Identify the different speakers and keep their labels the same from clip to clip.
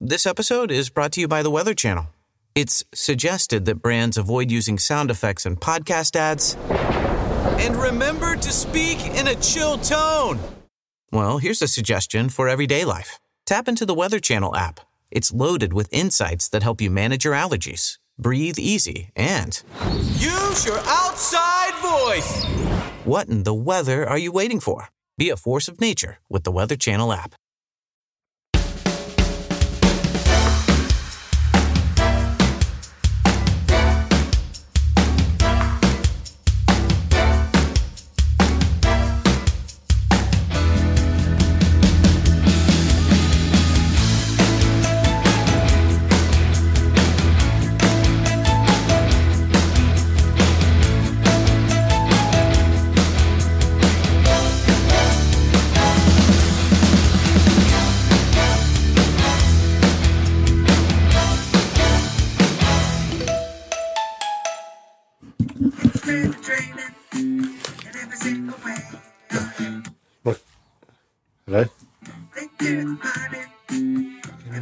Speaker 1: This episode is brought to you by the Weather Channel. It's suggested that brands avoid using sound effects in podcast ads. And remember to speak in a chill tone. Well, here's a suggestion for everyday life tap into the Weather Channel app. It's loaded with insights that help you manage your allergies, breathe easy, and use your outside voice. What in the weather are you waiting for? Be a force of nature with the Weather Channel app.
Speaker 2: been dreaming in every single way.
Speaker 3: Hello?
Speaker 2: They do the party.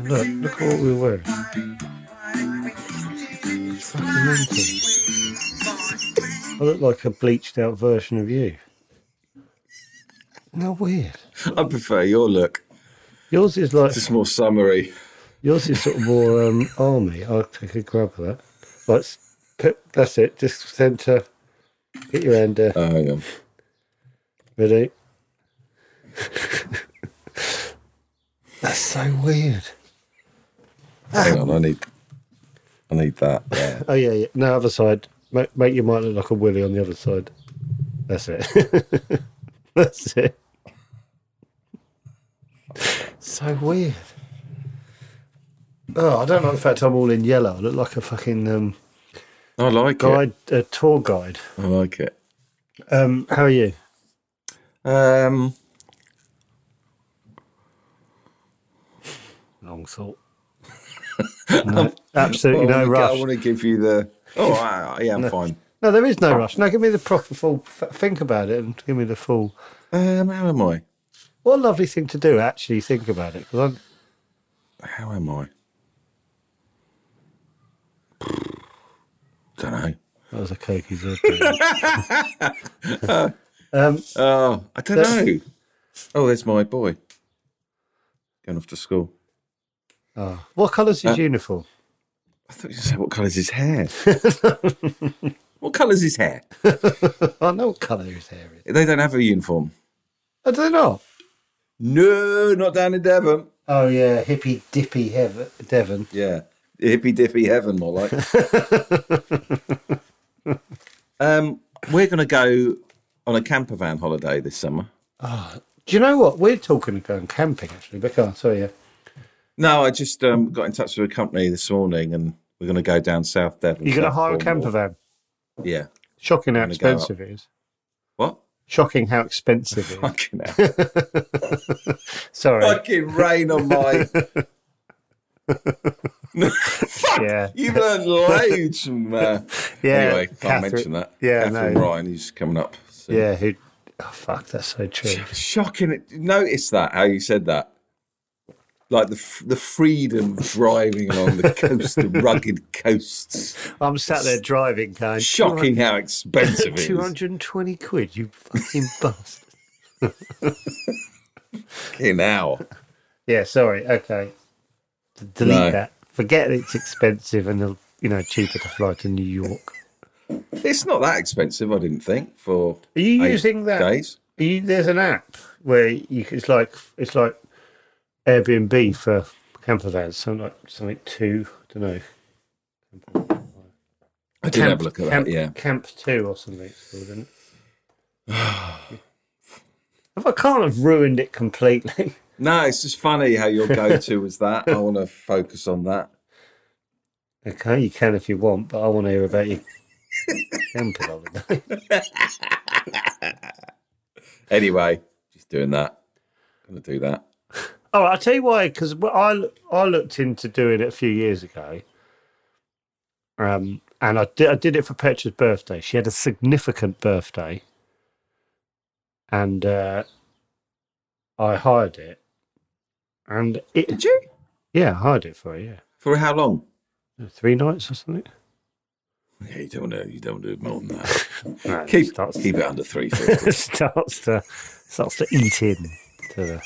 Speaker 3: Look, look what we were. I look like a bleached out version of you. No weird.
Speaker 4: I prefer your look.
Speaker 3: Yours is like
Speaker 4: It's just more summery.
Speaker 3: yours is sort of more um, army. I'll take a grab of that. Like s- put, that's it. Just centre. Get your hand there.
Speaker 4: Oh, hang on.
Speaker 3: Ready? that's so weird.
Speaker 4: Hang on. I need. I need that. Yeah.
Speaker 3: Oh yeah, yeah. No other side. Make, make your might look like a willy on the other side. That's it. That's it. So weird. Oh, I don't like the fact I'm all in yellow. I look like a fucking um,
Speaker 4: I like it.
Speaker 3: guide, a tour guide.
Speaker 4: I like it.
Speaker 3: Um, how are you?
Speaker 4: Um,
Speaker 3: Long salt. No, absolutely
Speaker 4: well,
Speaker 3: no
Speaker 4: I
Speaker 3: rush.
Speaker 4: want to give you the. Oh, I, yeah, I'm fine.
Speaker 3: No, there is no rush. No, give me the proper full. f- Think about it and give me the full.
Speaker 4: Um, how am I?
Speaker 3: What a lovely thing to do. Actually, think about it because I'm
Speaker 4: How am I? Don't know.
Speaker 3: That was a cokie's upgrade. um,
Speaker 4: Oh, I don't know. Oh, there's my boy. Going off to school.
Speaker 3: oh, what colour's his uniform?
Speaker 4: I thought you said what colour's his hair. what colour's his hair?
Speaker 3: I know what colour his hair is.
Speaker 4: They don't have a uniform.
Speaker 3: I don't know.
Speaker 4: No, not down in Devon.
Speaker 3: Oh yeah, hippy dippy hev- Devon.
Speaker 4: Yeah, hippy dippy heaven, more like. um, we're going to go on a camper van holiday this summer.
Speaker 3: Do you know what we're talking about going camping actually? But can't tell you.
Speaker 4: No, I just um, got in touch with a company this morning, and we're going to go down South Devon.
Speaker 3: You're going to
Speaker 4: South
Speaker 3: hire a
Speaker 4: Cornwall.
Speaker 3: camper van.
Speaker 4: Yeah.
Speaker 3: Shocking how
Speaker 4: I'm gonna go
Speaker 3: expensive it is.
Speaker 4: What?
Speaker 3: Shocking how expensive it is.
Speaker 4: Fucking hell.
Speaker 3: Sorry.
Speaker 4: Fucking rain on my.
Speaker 3: yeah.
Speaker 4: You've learned loads from. Uh...
Speaker 3: Yeah.
Speaker 4: anyway, can't
Speaker 3: Catherine-
Speaker 4: mention that.
Speaker 3: Yeah.
Speaker 4: Catherine
Speaker 3: no.
Speaker 4: Ryan, who's coming up. So.
Speaker 3: Yeah. Who? Oh, fuck. That's so true.
Speaker 4: Shocking. Notice that how you said that. Like the f- the freedom of driving along the coast, the rugged coasts.
Speaker 3: I'm sat there driving, kind.
Speaker 4: Shocking how expensive it
Speaker 3: Two
Speaker 4: is.
Speaker 3: hundred and twenty quid. You fucking bastard.
Speaker 4: Fucking hell.
Speaker 3: Yeah, sorry. Okay. D- delete
Speaker 4: No.
Speaker 3: that. Forget it's expensive and, the- you know, cheaper to fly to New York.
Speaker 4: It's not that expensive, I didn't think. For
Speaker 3: Are you
Speaker 4: eight
Speaker 3: using that?
Speaker 4: days,
Speaker 3: You, there's an app where you, c- it's like it's like Airbnb for camper vans. Something like something two, I don't know.
Speaker 4: I did have a look at
Speaker 3: camp,
Speaker 4: that. Yeah,
Speaker 3: Camp two or something. It's called, isn't it? If I can't have ruined it completely.
Speaker 4: No, it's just funny how your go to was that. I want to focus on that.
Speaker 3: Okay, you can if you want, but I want to hear about your camper holiday.
Speaker 4: Anyway, just doing that. Gonna do that.
Speaker 3: Oh, I'll tell you why. Because I I looked into doing it a few years ago, um, and I did I did it for Petra's birthday. She had a significant birthday, and uh, I hired it. And it,
Speaker 4: Did you?
Speaker 3: yeah, I hired it for her, yeah,
Speaker 4: For how long?
Speaker 3: three nights or something.
Speaker 4: Yeah, you don't want to. You don't want to do more than that.
Speaker 3: No, it
Speaker 4: keep
Speaker 3: starts-
Speaker 4: keep it under three.
Speaker 3: starts to starts to eat in to the,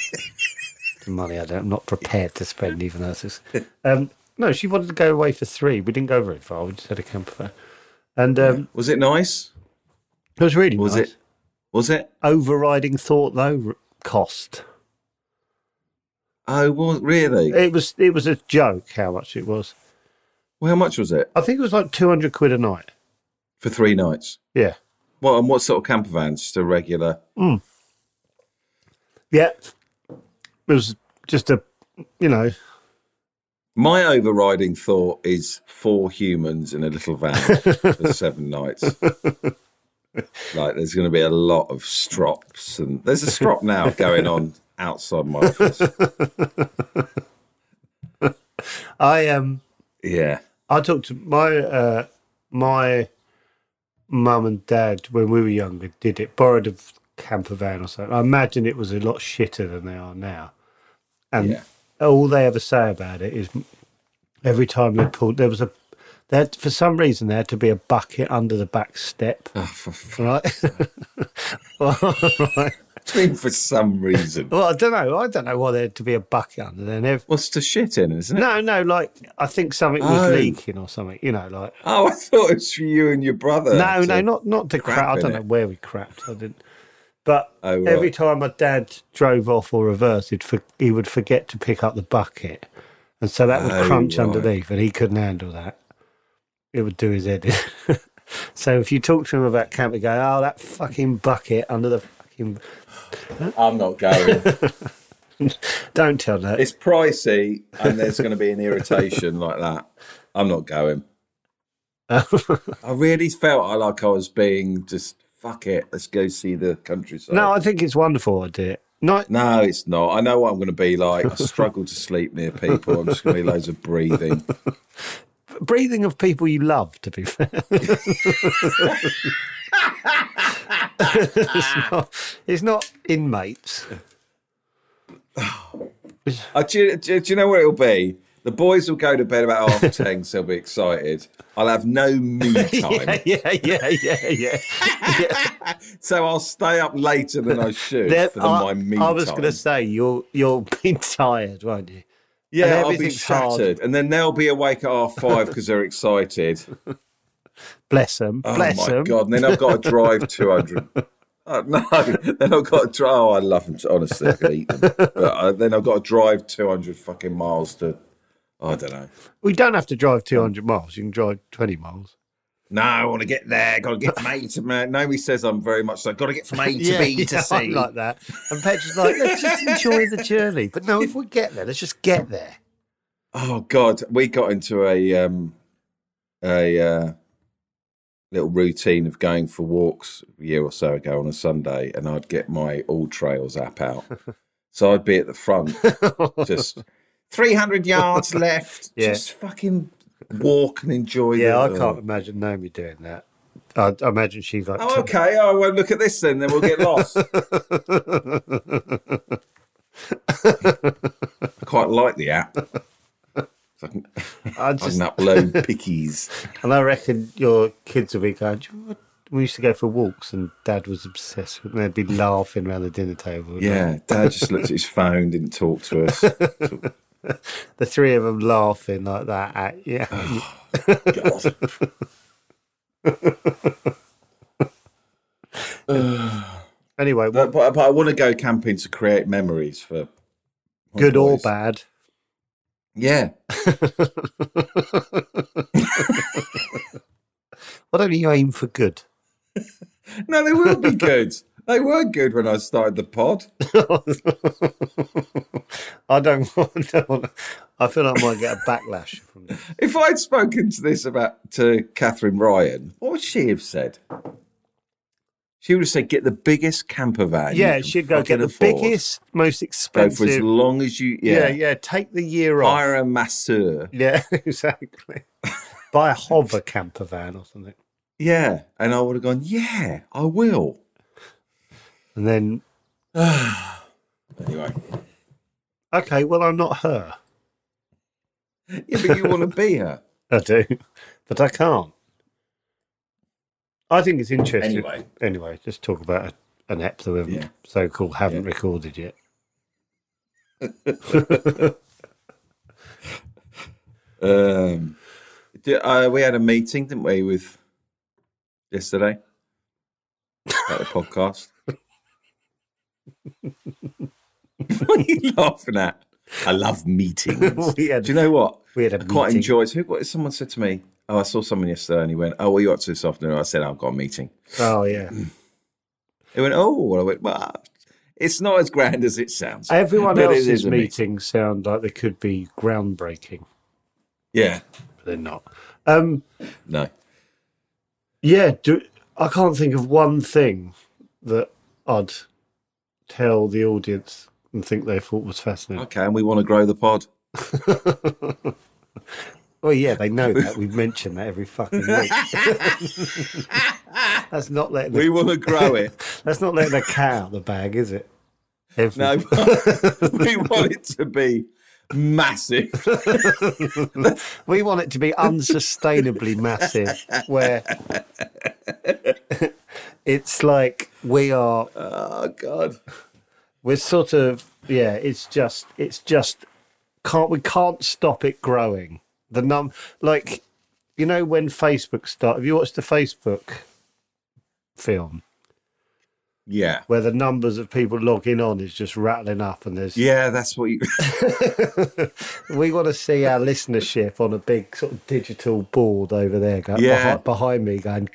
Speaker 3: the money I don't, I'm not prepared to spend, even though it's um, no. She wanted to go away for three. We didn't go very far. We just had a camper van, and um,
Speaker 4: was it nice?
Speaker 3: it was really
Speaker 4: Was
Speaker 3: nice.
Speaker 4: it? Was it?
Speaker 3: overriding thought though r- cost?
Speaker 4: Oh, was really?
Speaker 3: It was it was a joke how much it was.
Speaker 4: Well, how much was it
Speaker 3: I think it was like two hundred quid a night.
Speaker 4: for three nights?
Speaker 3: Yeah,
Speaker 4: What and what sort of camper van? Just a regular.
Speaker 3: yeah. It was just a you know
Speaker 4: My overriding thought is four humans in a little van for seven nights. Like, there's going to be a lot of strops, and there's a strop now going on outside my office.
Speaker 3: I um
Speaker 4: Yeah.
Speaker 3: I talked to my uh, my mum and dad when we were younger. Did it borrowed a camper van or something? I imagine it was a lot shitter than they are now. And
Speaker 4: Yeah.
Speaker 3: all they ever say about it is every time they pulled, there was a they had, for some reason there had to be a bucket under the back step,
Speaker 4: Oh, for, f-
Speaker 3: right? right.
Speaker 4: I mean, for some reason.
Speaker 3: Well, I don't know. I don't know why there had to be a bucket under there. And ev-
Speaker 4: What's to shit in, isn't it?
Speaker 3: no, no, like I think something was
Speaker 4: Oh.
Speaker 3: leaking or something. You know, like
Speaker 4: Oh, I thought it was for you and your brother.
Speaker 3: No,
Speaker 4: to-
Speaker 3: no, not not to crap.
Speaker 4: crap
Speaker 3: I
Speaker 4: in
Speaker 3: don't know
Speaker 4: it.
Speaker 3: where we crapped. I didn't. But
Speaker 4: Oh, right.
Speaker 3: every time my dad drove off or reversed, he'd for, he would forget to pick up the bucket, and so that would
Speaker 4: Oh,
Speaker 3: crunch
Speaker 4: right.
Speaker 3: underneath, and he couldn't handle that. It would do his head in. so if you talk to him about camp, he'd go, "Oh, that fucking bucket under the fucking."
Speaker 4: I'm not going.
Speaker 3: Don't tell that.
Speaker 4: it's pricey, and there's going to be an irritation like that. I'm not going. I really felt I- like I was being just fuck it. Let's go see the countryside.
Speaker 3: no, I think it's wonderful. I did. Not
Speaker 4: no, it's not. I know what I'm going to be like. I struggle to sleep near people. I'm just going to be loads of breathing.
Speaker 3: breathing of people you love, to be fair. it's, not, it's not inmates.
Speaker 4: Uh, do, you, do, you- do you know what it'll be? The boys will go to bed about half ten, so they'll be excited. I'll have no me time,
Speaker 3: yeah, yeah, yeah, yeah.
Speaker 4: so I'll stay up later than I should
Speaker 3: There-
Speaker 4: for the,
Speaker 3: I,
Speaker 4: my me
Speaker 3: I was
Speaker 4: time.
Speaker 3: going to say you'll you'll be tired, won't you? and
Speaker 4: Yeah, I'll be
Speaker 3: everything's hard.
Speaker 4: shattered, and then they'll be awake at half five because they're excited.
Speaker 3: Bless them,
Speaker 4: Oh
Speaker 3: bless
Speaker 4: my
Speaker 3: them.
Speaker 4: god! And then I've got to drive two hundred. Oh, no, then I've got to drive. Oh, I love them. Honestly, I could eat them. But uh, then I've got to drive two hundred fucking miles to. I don't know.
Speaker 3: We don't have to drive 200 miles. You can drive 20 miles.
Speaker 4: No, I want to get there. Got to get from A to B. Naomi says I'm very much so. Got to get from A to
Speaker 3: yeah,
Speaker 4: B
Speaker 3: yeah,
Speaker 4: to
Speaker 3: I'm
Speaker 4: C.
Speaker 3: like that. And Petra's like, let's just enjoy the journey. But no, if we get there, let's just get there.
Speaker 4: Oh God, we got into a um, a uh, little routine of going for walks a year or so ago on a Sunday, and I'd get my All Trails app out, so I'd be at the front, just three hundred yards left,
Speaker 3: Yeah.
Speaker 4: just fucking walk and enjoy.
Speaker 3: Yeah, I
Speaker 4: the-
Speaker 3: can't imagine Naomi doing that. I, I imagine she's like,
Speaker 4: Oh, okay. Oh, I won't look at this then. Then we'll get lost. I quite like the app. So I can,
Speaker 3: I
Speaker 4: I
Speaker 3: just,
Speaker 4: can upload pickies.
Speaker 3: and I reckon your kids will be going. "Do you know what? We used to go for walks, and Dad was obsessed with. They'd be laughing around the dinner table.
Speaker 4: Yeah, Dad just looked at his phone, didn't talk to us.
Speaker 3: the three of them laughing like that. At, yeah,
Speaker 4: God.
Speaker 3: anyway, what,
Speaker 4: But, but, but I want to go camping to create memories for my
Speaker 3: good or
Speaker 4: boys.
Speaker 3: bad.
Speaker 4: Yeah,
Speaker 3: Why don't you aim for good?
Speaker 4: no, they will be good. They were good when I started the pod.
Speaker 3: I don't want, don't want. I feel like I might get a backlash from this.
Speaker 4: If I'd spoken to this about to Catherine Ryan, what would she have said? She would have said, "Get the biggest camper van." you
Speaker 3: Yeah,
Speaker 4: can
Speaker 3: she'd go get
Speaker 4: fucking
Speaker 3: the
Speaker 4: afford.
Speaker 3: biggest, most
Speaker 4: Go for as
Speaker 3: expensive.
Speaker 4: long as you.
Speaker 3: yeah. yeah,
Speaker 4: Yeah,
Speaker 3: Take the year off.
Speaker 4: Hire a masseur.
Speaker 3: Yeah, exactly. Buy a hover camper van or something,
Speaker 4: Yeah, and I would have gone. Yeah, I will.
Speaker 3: and then
Speaker 4: Anyway,
Speaker 3: okay, well, I'm not her.
Speaker 4: yeah, but you want to be her
Speaker 3: I do, but I can't. I think it's interesting.
Speaker 4: Anyway.
Speaker 3: anyway, just talk about a, an app that we
Speaker 4: Yeah.
Speaker 3: so called haven't recorded yet.
Speaker 4: Um, d- uh, we had a meeting, didn't we, with yesterday about the podcast? what are you laughing at? I love meetings.
Speaker 3: We had-
Speaker 4: Do you know what?
Speaker 3: we had a
Speaker 4: I quite
Speaker 3: meeting.
Speaker 4: enjoys. Who? What, someone said to me, "Oh, I saw someone yesterday," and he went, "Oh, what are you up to this afternoon?" I said, "I've got a meeting."
Speaker 3: Oh yeah,
Speaker 4: He went, "Oh," and I went, "Well, it's not as grand as it sounds."
Speaker 3: everyone
Speaker 4: But it
Speaker 3: else's
Speaker 4: is a meeting.
Speaker 3: meetings sound like they could be groundbreaking,
Speaker 4: Yeah,
Speaker 3: but they're not. Um,
Speaker 4: no.
Speaker 3: yeah, do, I can't think of one thing that I'd tell the audience and think they thought was fascinating.
Speaker 4: Okay, and we want to grow the pod.
Speaker 3: Oh, Well, yeah, they know that. We mention that every fucking week. that's not letting
Speaker 4: We
Speaker 3: the,
Speaker 4: want to grow it.
Speaker 3: that's not letting a cat out of the bag, is it? Every,
Speaker 4: No, we want it to be massive.
Speaker 3: We want it to be unsustainably massive, where it's like we are
Speaker 4: Oh God!
Speaker 3: we're sort of yeah it's just it's just can't we can't stop it growing the num like you know when facebook start have you watched the facebook film
Speaker 4: Yeah,
Speaker 3: where the numbers of people logging on is just rattling up and there's
Speaker 4: yeah, that's what you.
Speaker 3: we want to see our listenership on a big sort of digital board over there going
Speaker 4: Yeah.
Speaker 3: behind, behind me going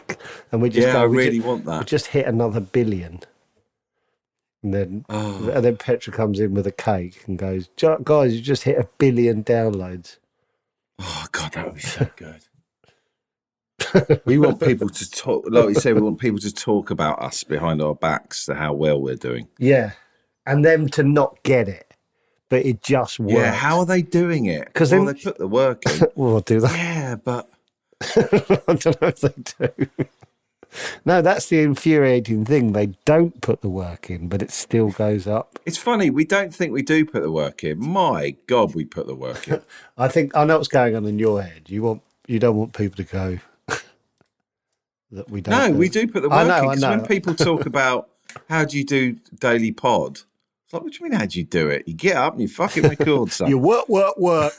Speaker 3: and we just
Speaker 4: Yeah,
Speaker 3: go,
Speaker 4: I
Speaker 3: we
Speaker 4: really
Speaker 3: just,
Speaker 4: want that.
Speaker 3: we just hit another billion and then
Speaker 4: Oh,
Speaker 3: And then Petra comes in with a cake and goes, "Ju- "Guys, you just hit a billion downloads."
Speaker 4: oh God, that would be so good. we want people to talk, like you say, we want people to talk about us behind our backs to how well we're doing.
Speaker 3: Yeah, and them to not get it, but it just works.
Speaker 4: Yeah, how are they doing it?
Speaker 3: 'Cause
Speaker 4: well,
Speaker 3: then-
Speaker 4: they put the work in.
Speaker 3: we'll do that.
Speaker 4: yeah, but
Speaker 3: I don't know if they do. no, that's the infuriating thing. They don't put the work in, but it still goes up.
Speaker 4: it's funny. We don't think we do put the work in. My God, we put the work in.
Speaker 3: I think I know what's going on in your head. You want you don't want people to go that we don't.
Speaker 4: No, we do put the work
Speaker 3: I
Speaker 4: in
Speaker 3: know, I
Speaker 4: 'cause
Speaker 3: know.
Speaker 4: when people talk about how do you do daily pod, it's like, what do you mean, how do you do it? You get up and you fucking record
Speaker 3: You
Speaker 4: something.
Speaker 3: work, work, work.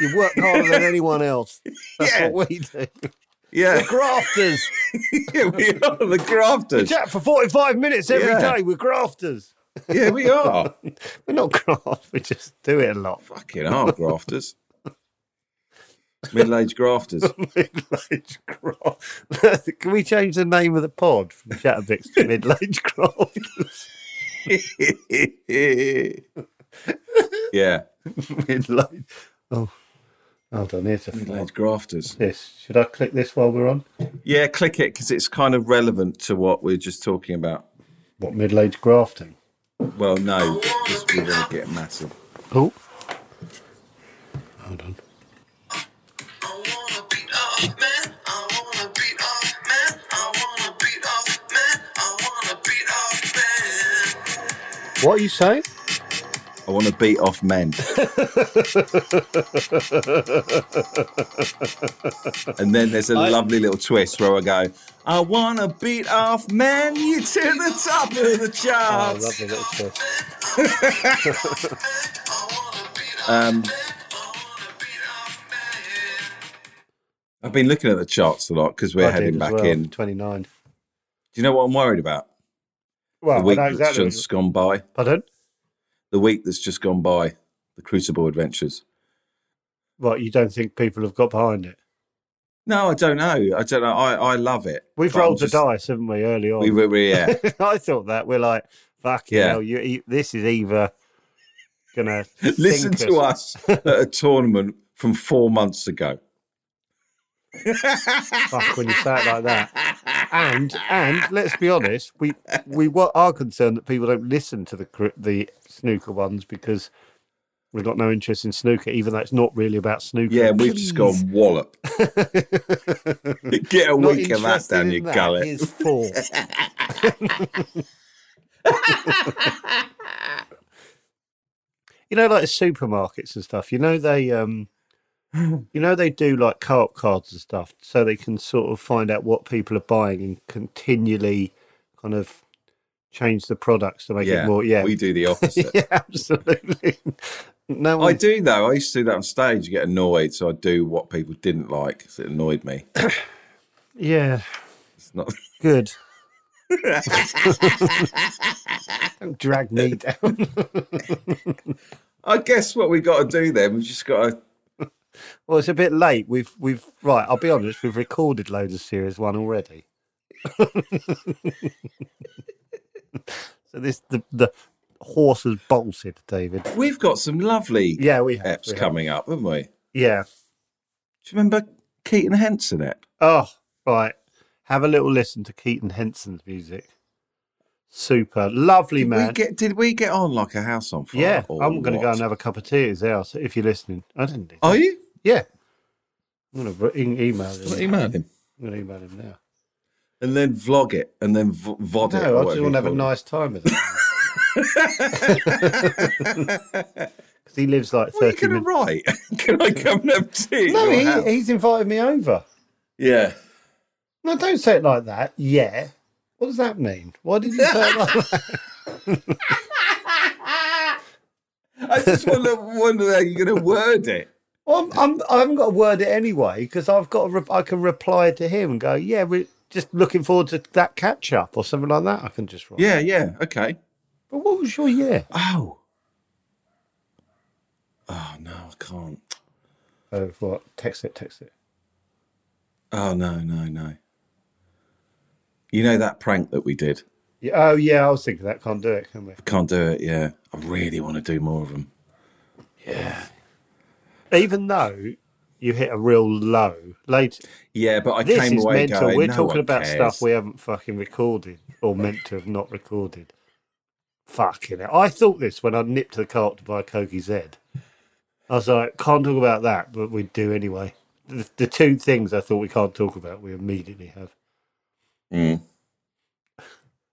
Speaker 3: you work harder than anyone else. That's
Speaker 4: Yeah.
Speaker 3: what we do.
Speaker 4: yeah.
Speaker 3: Grafters.
Speaker 4: yeah, we are the grafters.
Speaker 3: Jack for 45 minutes every
Speaker 4: Yeah.
Speaker 3: day. We're grafters.
Speaker 4: Yeah, we are.
Speaker 3: We're not graft. We just do it a lot.
Speaker 4: fucking are grafters. Middle aged grafters.
Speaker 3: Middle-aged graft. Can we change the name of the pod from Chatterbix to Middle-aged grafters?
Speaker 4: yeah,
Speaker 3: Middle-aged. Oh, hold on. Here's a
Speaker 4: middle
Speaker 3: flag.
Speaker 4: aged grafters.
Speaker 3: This. Should I click this while we're on?
Speaker 4: Yeah, click it because it's kind of relevant to what we are just talking about.
Speaker 3: What middle-aged grafting?
Speaker 4: Well, no, because we're going to get massive.
Speaker 3: Oh. Hold on.
Speaker 2: I wanna beat off, man. I wanna beat off, man. I wanna beat off, man. I wanna beat off, man.
Speaker 3: What are you saying?
Speaker 4: I want to beat off men. and then there's a lovely little twist where I go, I want to beat off men, you to the top of
Speaker 3: Oh,
Speaker 4: the charts.
Speaker 3: lovely little twist.
Speaker 4: um, I've been looking at the charts a lot because we're
Speaker 3: I did
Speaker 4: heading
Speaker 3: as
Speaker 4: back
Speaker 3: well,
Speaker 4: in. Do
Speaker 3: 29.
Speaker 4: you know what I'm worried about?
Speaker 3: Well,
Speaker 4: the week
Speaker 3: I know
Speaker 4: that's
Speaker 3: exactly.
Speaker 4: just gone by.
Speaker 3: Pardon?
Speaker 4: The week that's just gone by. The Crucible Adventures.
Speaker 3: What, you don't think people have got behind it?
Speaker 4: No, I don't know. I don't know. I, I love it.
Speaker 3: We've
Speaker 4: but I'm
Speaker 3: rolled
Speaker 4: just-
Speaker 3: the dice, haven't we? Early on,
Speaker 4: We were, we- yeah.
Speaker 3: I thought that we're like, fucking
Speaker 4: Yeah.
Speaker 3: hell, you, you, this is either gonna
Speaker 4: Listen
Speaker 3: sink
Speaker 4: to us at a tournament from four months ago.
Speaker 3: fuck when you say it like that. And and let's be honest, we we wa- are concerned that people don't listen to the cri- the snooker ones because we've got no interest in snooker, even though it's not really about snooker.
Speaker 4: Yeah, we've just
Speaker 3: Please.
Speaker 4: gone wallop. Get a
Speaker 3: Not
Speaker 4: week of that
Speaker 3: interested
Speaker 4: down
Speaker 3: in
Speaker 4: your
Speaker 3: that
Speaker 4: gullet.
Speaker 3: is four. you know, like supermarkets and stuff. You know they um, you know they do like co-op cards and stuff, so they can sort of find out what people are buying and continually kind of change the products to make
Speaker 4: yeah,
Speaker 3: it more. Yeah,
Speaker 4: we do the opposite.
Speaker 3: yeah, absolutely. No,
Speaker 4: I
Speaker 3: one,
Speaker 4: do though. I used to do that on stage. You get annoyed, so I do what people didn't like 'cause it annoyed me.
Speaker 3: yeah,
Speaker 4: It's not.
Speaker 3: good. Don't drag me down.
Speaker 4: I guess what we got to do then, we've just got to.
Speaker 3: Well, it's a bit late. We've we've right. I'll be honest. We've recorded loads of series one already. so this the the horse has bolted, David.
Speaker 4: We've got some lovely
Speaker 3: Yeah, we have.
Speaker 4: eps
Speaker 3: we have.
Speaker 4: coming up, haven't we? Do
Speaker 3: Yeah.
Speaker 4: you remember Keaton Henson ep?
Speaker 3: Oh, right. Have a little listen to Keaton Henson's music. Super lovely
Speaker 4: Did
Speaker 3: man.
Speaker 4: we get? Did we get on like a house on fire?
Speaker 3: yeah,
Speaker 4: or
Speaker 3: I'm going to go
Speaker 4: what?
Speaker 3: and have a cup of tea at his house if you're listening. I didn't. do that.
Speaker 4: Are you?
Speaker 3: Yeah. I'm going to e- email him.
Speaker 4: What email him
Speaker 3: I'm going to email him now.
Speaker 4: and then vlog it and then v- vod it.
Speaker 3: No, I just want to have a nice time with him. Because he lives like
Speaker 4: What are you
Speaker 3: 30
Speaker 4: going
Speaker 3: minutes.
Speaker 4: to write? Can I come and have tea? at
Speaker 3: No,
Speaker 4: your
Speaker 3: he,
Speaker 4: house?
Speaker 3: he's invited me over.
Speaker 4: yeah.
Speaker 3: No, don't say it like that. Yeah. What does that mean? Why did you say it like that?
Speaker 4: I just want to wonder how you're going to word it.
Speaker 3: Well, I'm, I'm, I haven't got to word it anyway because I've got. To re- I can reply to him and go, "Yeah, we're just looking forward to that catch up or something like that." I can just write.
Speaker 4: Yeah, yeah, okay.
Speaker 3: But what was your yeah?
Speaker 4: Oh. Oh no, I can't.
Speaker 3: Oh, what? Text it. Text it.
Speaker 4: Oh no, no, no. You know that prank that we did?
Speaker 3: Yeah, oh yeah, I was thinking that. Can't do it, can we?
Speaker 4: Can't do it. Yeah, I really want to do more of them.
Speaker 3: Even though you hit a real low later.
Speaker 4: Yeah, but I
Speaker 3: This
Speaker 4: came
Speaker 3: is
Speaker 4: away
Speaker 3: mental.
Speaker 4: going.
Speaker 3: We're
Speaker 4: "No
Speaker 3: talking
Speaker 4: one
Speaker 3: about
Speaker 4: cares."
Speaker 3: stuff we haven't fucking recorded or meant to have not recorded. Fucking it. I thought this when I nipped to the cart to buy Kogi Z. I was like, can't talk about that, but we do anyway. The, the two things I thought we can't talk about, we immediately have.
Speaker 4: Mm. We've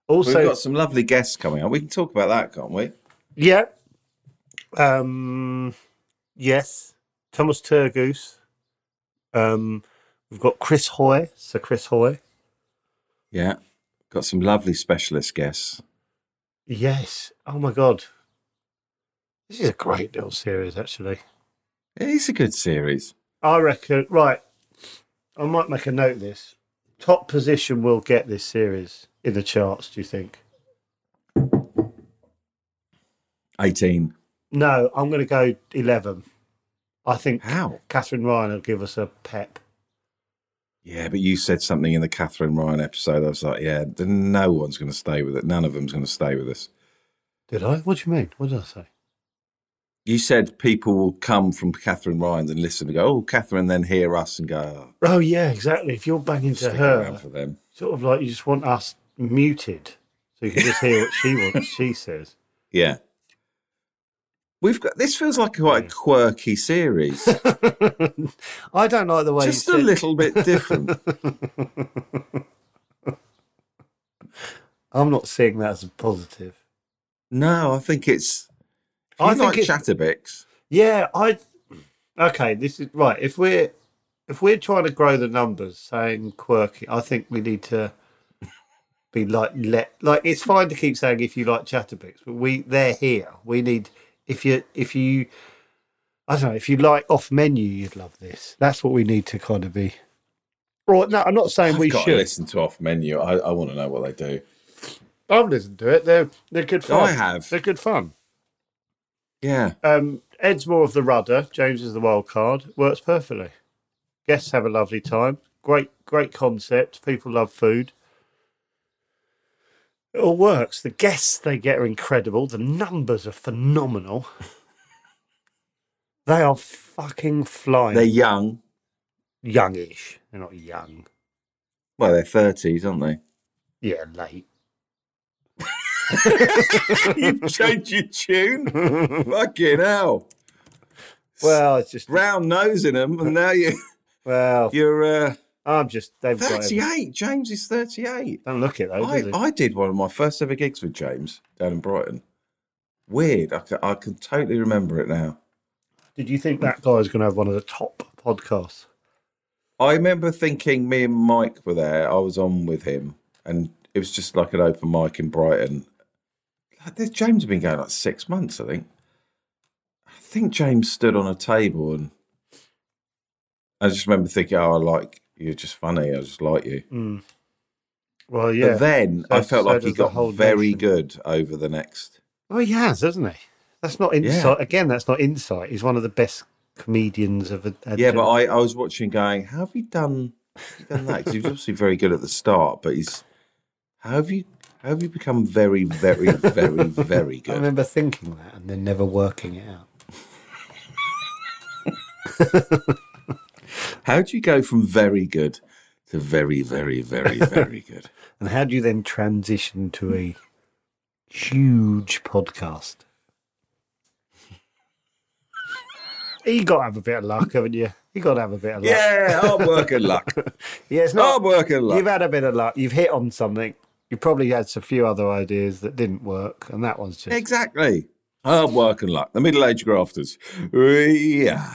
Speaker 3: Also,
Speaker 4: got some lovely guests coming up. We can talk about that, can't we?
Speaker 3: yeah. Um, yes. Thomas Turgoose. Um, we've got Chris Hoy. Sir Chris Hoy.
Speaker 4: Yeah, got some lovely specialist guests.
Speaker 3: Yes. Oh my god. This is a great little series, actually.
Speaker 4: It's a good series.
Speaker 3: I reckon. Right. I might make a note of this. Top position will get this series in the charts. Do you think?
Speaker 4: Eighteen.
Speaker 3: No, I'm going to go eleven. I think
Speaker 4: How?
Speaker 3: Catherine Ryan will give us a pep.
Speaker 4: Yeah, but you said something in the Catherine Ryan episode. I was like, yeah, th- no one's going to stay with it. None of them's going to stay with us.
Speaker 3: Did I? What do you mean? What did I say?
Speaker 4: You said people will come from Catherine Ryan and listen and go, oh, Catherine, then hear us and go,
Speaker 3: Oh yeah, exactly. If you're
Speaker 4: oh,
Speaker 3: banging to
Speaker 4: stick
Speaker 3: her,
Speaker 4: around for them.
Speaker 3: sort of like you just want us muted, so you can just hear what she wants. She says.
Speaker 4: Yeah. We've got this feels like quite a quirky series,
Speaker 3: I don't like the way
Speaker 4: just
Speaker 3: you
Speaker 4: a
Speaker 3: said-
Speaker 4: little bit different.
Speaker 3: I'm not seeing that as a positive.
Speaker 4: no, I think it's. I
Speaker 3: I
Speaker 4: you
Speaker 3: think
Speaker 4: like
Speaker 3: it's-
Speaker 4: Chatterbix.
Speaker 3: Yeah, I. Okay, this is right. If we're if we're trying to grow the numbers, saying quirky, I think we need to be like let like it's fine to keep saying if you like chatterbix, but we they're here. We need if you if you I don't know if you like off menu, you'd love this. That's what we need to kind of be. Or no, I'm not saying
Speaker 4: I've
Speaker 3: we
Speaker 4: got
Speaker 3: should.
Speaker 4: to listen to off menu. I, I want to know what they do.
Speaker 3: I've listened to it. They're they're good fun.
Speaker 4: I have.
Speaker 3: They're good fun.
Speaker 4: Yeah,
Speaker 3: Um, Ed's more of the rudder. James is the wild card. Works perfectly. Guests have a lovely time. Great, great concept. People love food. It all works. The guests they get are incredible. The numbers are phenomenal. they are fucking flying.
Speaker 4: They're young.
Speaker 3: youngish. They're not young.
Speaker 4: Well, they're thirties, aren't they?
Speaker 3: Yeah, late.
Speaker 4: You've changed your tune. Fucking hell!
Speaker 3: Well, it's just
Speaker 4: Round nosing them, and now you
Speaker 3: well.
Speaker 4: you're uh,
Speaker 3: I'm just they've got. everything.
Speaker 4: thirty-eight. James is thirty-eight.
Speaker 3: Don't look it though.
Speaker 4: I,
Speaker 3: does it?
Speaker 4: I did one of my first ever gigs with James down in Brighton. Weird. I can, I can totally remember it now.
Speaker 3: Did you think that guy was going to have one of the top podcasts?
Speaker 4: I remember thinking me and Mike were there. I was on with him, and it was just like an open mic in Brighton. Like, this- James had been going like six months, I think. I think James stood on a table, and I just remember thinking, "Oh, I like you're just funny. I just like you."
Speaker 3: Mm. Well, yeah.
Speaker 4: But then
Speaker 3: So-
Speaker 4: I felt
Speaker 3: so
Speaker 4: like he
Speaker 3: does the
Speaker 4: got
Speaker 3: whole
Speaker 4: very
Speaker 3: nation.
Speaker 4: good over the next.
Speaker 3: Oh, he has, hasn't he? That's not insight. Again, that's not insight. He's one of the best comedians of. A, a
Speaker 4: Yeah, but I, I was watching, going, "How have you done? How have you done that?" Because he was obviously very good at the start, but he's how have you? How have you become very, very, very, very
Speaker 3: I
Speaker 4: good?
Speaker 3: remember thinking that and then never working it out.
Speaker 4: How do you go from very good to very, very, very, very good?
Speaker 3: And how do you then transition to a huge podcast? You got to have a bit of luck, haven't you? You got to have a bit of luck.
Speaker 4: yeah, Oh, hard work and luck.
Speaker 3: yeah it's not.
Speaker 4: Hard work and luck.
Speaker 3: You've had a bit of luck. You've hit on something. You probably had a few other ideas that didn't work, and that one's just
Speaker 4: exactly. Hard work and luck. The middle-aged grafters. Yeah.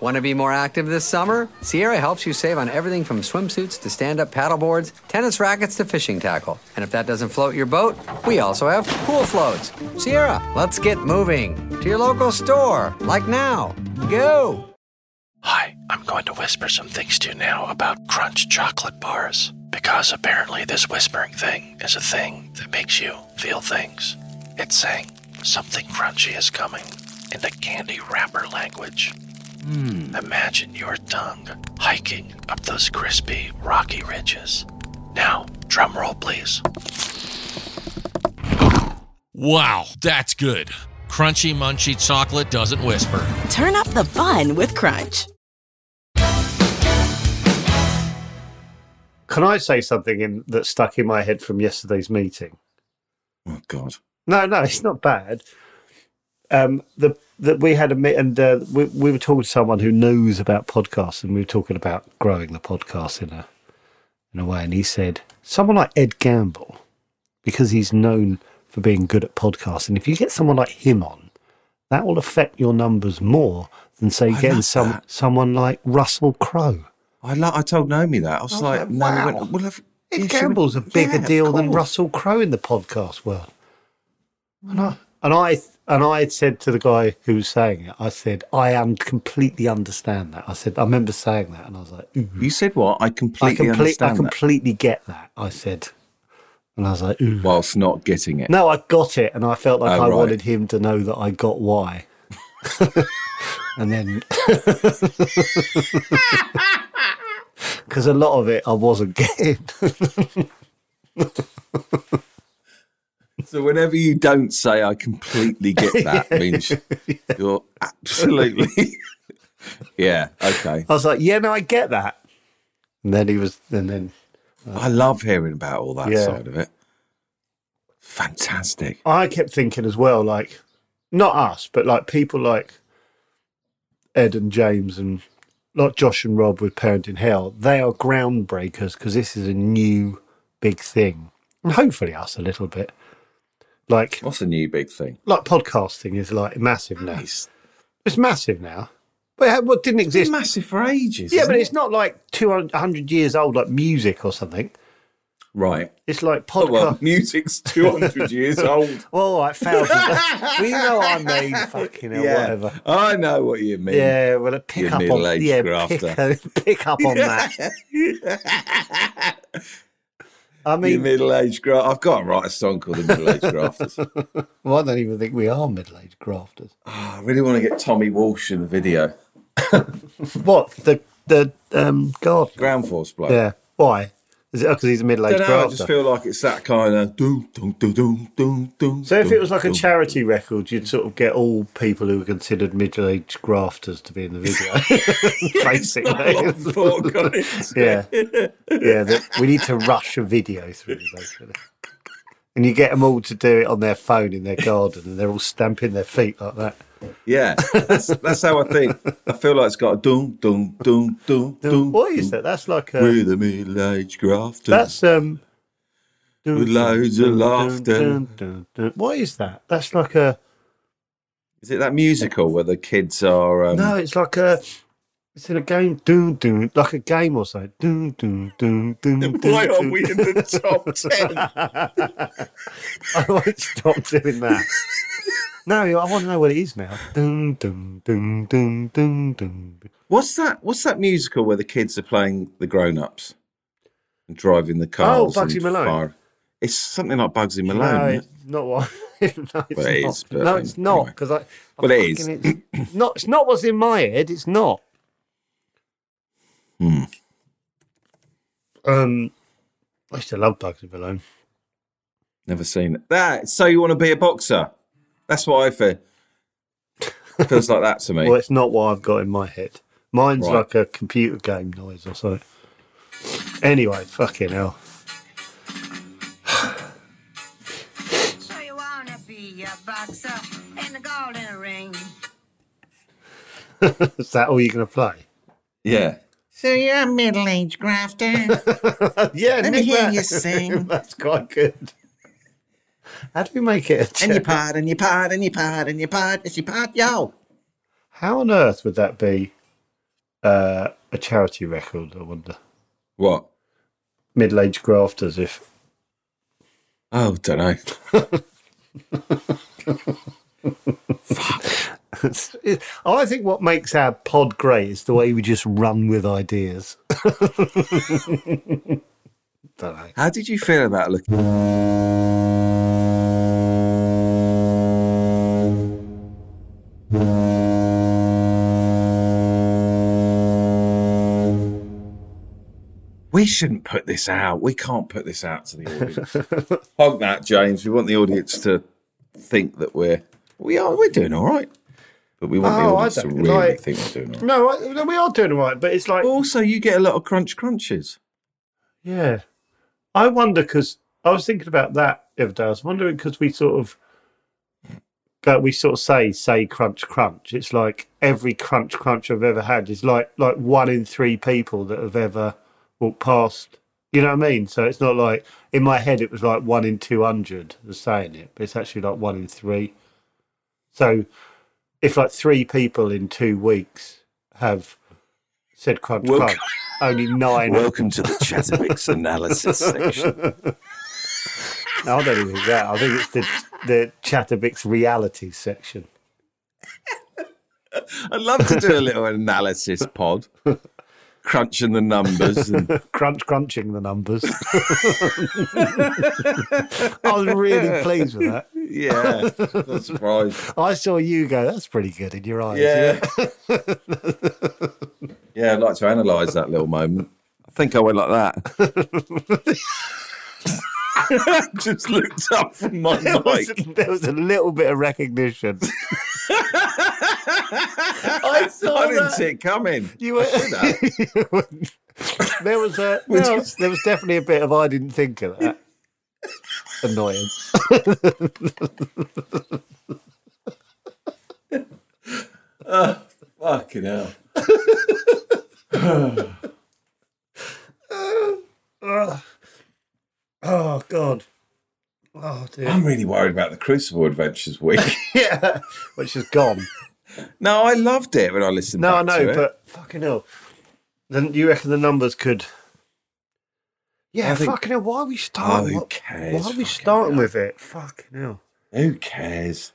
Speaker 5: Want to be more active this summer? Sierra helps you save on everything from swimsuits to stand up paddleboards, tennis rackets to fishing tackle. And if that doesn't float your boat, we also have pool floats. Sierra, let's get moving to your local store, like now. Go!
Speaker 6: Hi, I'm going to whisper some things to you now about crunch chocolate bars. Because apparently, this whispering thing is a thing that makes you feel things. It's saying something crunchy is coming in the candy wrapper language. Imagine your tongue hiking up those crispy, rocky ridges. Now, drum roll, please.
Speaker 7: Wow, that's good. Crunchy munchy chocolate doesn't whisper.
Speaker 8: Turn up the fun with Crunch.
Speaker 3: Can I say something in, that stuck in my head from yesterday's meeting?
Speaker 4: Oh God.
Speaker 3: No, no, it's not bad. Um, the that we had a meet and uh, we we were talking to someone who knows about podcasts, and we were talking about growing the podcast in a in a way. And he said someone like Ed Gamble, because he's known for being good at podcasts, and if you get someone like him on, that will affect your numbers more than say
Speaker 4: I
Speaker 3: getting
Speaker 4: love
Speaker 3: some
Speaker 4: that.
Speaker 3: someone like Russell Crowe.
Speaker 4: I lo- I told Naomi that. I was
Speaker 3: Oh,
Speaker 4: like,
Speaker 3: wow.
Speaker 4: Naomi went, well, if,
Speaker 3: Ed
Speaker 4: yeah, she
Speaker 3: Gamble's a
Speaker 4: would-
Speaker 3: bigger
Speaker 4: yeah, of
Speaker 3: deal than
Speaker 4: course."
Speaker 3: Russell Crowe in the podcast world. And I, and I and I said to the guy who was saying it, I said, I am completely understand that. I said, I remember saying that, and I was like, ooh.
Speaker 4: You said what? I
Speaker 3: I
Speaker 4: completely
Speaker 3: complete, I
Speaker 4: understand that.
Speaker 3: completely get that. I said, and I was like, ooh.
Speaker 4: Whilst not getting it.
Speaker 3: No, I got it, and I felt like
Speaker 4: Oh,
Speaker 3: I
Speaker 4: right.
Speaker 3: wanted him to know that I got why. and then, because a lot of it I wasn't getting.
Speaker 4: So whenever you don't say "I completely get that," means you're absolutely. yeah. Okay.
Speaker 3: I was like, yeah, no, I get that. And then he was, and then
Speaker 4: I love hearing about all that
Speaker 3: Yeah.
Speaker 4: side of it. Fantastic.
Speaker 3: I kept thinking as well, like, not us, but like people like Ed and James and like Josh and Rob with Parenting Hell, they are groundbreakers because this is a new big thing. And hopefully us a little bit. Like
Speaker 4: what's a new big thing?
Speaker 3: Like podcasting is like massive now. It's massive now. But it- what didn't exist?
Speaker 4: massive for ages.
Speaker 3: yeah,
Speaker 4: isn't
Speaker 3: but
Speaker 4: it?
Speaker 3: it's not like 200 100 years old like music or something.
Speaker 4: right.
Speaker 3: It's like
Speaker 4: Oh,
Speaker 3: podcast.
Speaker 4: well, music's two hundred years old.
Speaker 3: well, like thousands. well, you know what I mean. Fucking hell,
Speaker 4: yeah,
Speaker 3: whatever.
Speaker 4: I know what you mean.
Speaker 3: Yeah, well, pick
Speaker 4: You
Speaker 3: up on
Speaker 4: middle-aged
Speaker 3: yeah,
Speaker 4: grafter.
Speaker 3: pick, pick up on that. I
Speaker 4: you
Speaker 3: mean,
Speaker 4: middle-aged graft. I've got to write a song called "The Middle-Aged Grafters."
Speaker 3: well, I don't even think we are middle-aged grafters.
Speaker 4: I really want to get Tommy Walsh in the video.
Speaker 3: What the the um God?
Speaker 4: Ground Force bloke.
Speaker 3: Yeah, why? Is it because he's a
Speaker 4: I
Speaker 3: middle-aged
Speaker 4: don't know. I just
Speaker 3: grafter?
Speaker 4: feel like it's that kind of doom, doom, doom, doom, doom, doom.
Speaker 3: So if it was like a
Speaker 4: doom.
Speaker 3: charity record, you'd sort of get all people who were considered middle-aged grafters to be in the video,
Speaker 4: Not a lot of
Speaker 3: basically.
Speaker 4: thought gone into
Speaker 3: Yeah.
Speaker 4: it.
Speaker 3: yeah, that we need to rush a video through, basically. And you get them all to do it on their phone in their garden, and they're all stamping their feet like that.
Speaker 4: yeah. That's, that's how I think. I feel like it's got a doom, doom, doom, doom, doom.
Speaker 3: What is that? That's like a.
Speaker 4: We're the middle-aged grafters.
Speaker 3: That's um.
Speaker 4: With loads of laughter.
Speaker 3: What is that? That's like a
Speaker 4: Is it that musical where the kids are? Um,
Speaker 3: no. It's like a. It's in a game. Doom doom. Like a game or something. Doom doom doom doom.
Speaker 4: Why aren't we in the top ten?
Speaker 3: I won't stop doing that. No, I want to know what it is now. Dun, dun, dun, dun, dun, dun.
Speaker 4: What's that? What's that musical where the kids are playing the grown-ups and driving the cars?
Speaker 3: Oh, Bugsy
Speaker 4: and
Speaker 3: Malone.
Speaker 4: fire- It's something like Bugsy Malone.
Speaker 3: no,
Speaker 4: isn't
Speaker 3: it's
Speaker 4: it?
Speaker 3: not what. no, it's
Speaker 4: Well,
Speaker 3: not. No,
Speaker 4: it is, but then,
Speaker 3: it's not
Speaker 4: anyway.
Speaker 3: because I. I
Speaker 4: Well, it
Speaker 3: fucking- It's not. It's not what's in my head. It's not.
Speaker 4: Hmm.
Speaker 3: Um, I used to love Bugsy Malone.
Speaker 4: Never seen it. That. So you want to be a boxer? That's what I feel. Feels like that to me.
Speaker 3: Well, it's not what I've got in my head. Mine's
Speaker 4: Right.
Speaker 3: like a computer game noise or something. Anyway, fucking hell.
Speaker 9: So you wanna be a boxer in the golden ring.
Speaker 3: Is that all you're going to play?
Speaker 4: Yeah.
Speaker 9: So you're a middle-aged grafter.
Speaker 3: yeah,
Speaker 9: Let me
Speaker 3: Nick,
Speaker 9: hear
Speaker 3: that-
Speaker 9: you sing.
Speaker 3: That's quite good. How do we make it? A
Speaker 9: and you
Speaker 3: check?
Speaker 9: part and you part and you part and you part it's your part, yo.
Speaker 3: How on earth would that be uh, a charity record? I wonder.
Speaker 4: What?
Speaker 3: Middle-aged grafters, if
Speaker 4: Oh, don't know.
Speaker 3: I think what makes our pod great is the way we just run with ideas. Don't know.
Speaker 4: How did you feel about looking? We shouldn't put this out. We can't put this out to the audience. Hog that, James. We want the audience to think that we're we are we're doing all right, but we want the
Speaker 3: Oh, I
Speaker 4: audience to
Speaker 3: don't
Speaker 4: really
Speaker 3: like-
Speaker 4: think we're doing all right.
Speaker 3: No, I, no, we are doing all right, but it's like,
Speaker 4: Also, you get a lot of crunch crunches.
Speaker 3: yeah. I wonder because I was thinking about that the other day. I was wondering because we sort of, but we sort of say, say crunch, crunch. It's like every crunch, crunch I've ever had is like like one in three people that have ever walked past. You know what I mean? So it's not like in my head it was like one in two hundred was saying it, but it's actually like one in three. So if like three people in two weeks have said crunch,
Speaker 4: Welcome-
Speaker 3: crunch, only nine.
Speaker 10: Welcome to the Chattermix analysis section.
Speaker 3: No, I don't even think that. I think it's the the Chatterbix reality section.
Speaker 4: I'd love to do a little analysis pod, crunching the numbers. And,
Speaker 3: Crunch crunching the numbers. I was really pleased with that.
Speaker 4: yeah, not surprised.
Speaker 3: I saw you go, that's pretty good in your eyes.
Speaker 4: Yeah. yeah, I'd like to analyse that little moment. I think I went like that. Just looked up from my
Speaker 3: There was,
Speaker 4: mic.
Speaker 3: there was a little bit of recognition.
Speaker 4: I, didn't see it coming.
Speaker 3: You were, you were- there was a no, there was definitely a bit of I didn't think of that annoyance.
Speaker 4: Oh, Fucking hell.
Speaker 3: Oh God! Oh
Speaker 4: I'm really worried about the Crucible Adventures week.
Speaker 3: yeah, which is gone.
Speaker 4: No, I loved it when I listened.
Speaker 3: No, I
Speaker 4: back to
Speaker 3: know,
Speaker 4: it.
Speaker 3: but fucking hell. Then you reckon the numbers could? Yeah,
Speaker 4: I think- Oh,
Speaker 3: fucking hell. Why are we starting?
Speaker 4: who
Speaker 3: what-
Speaker 4: cares,
Speaker 3: Why are we
Speaker 4: fucking
Speaker 3: starting
Speaker 4: hell.
Speaker 3: with it? Fucking hell.
Speaker 4: who cares?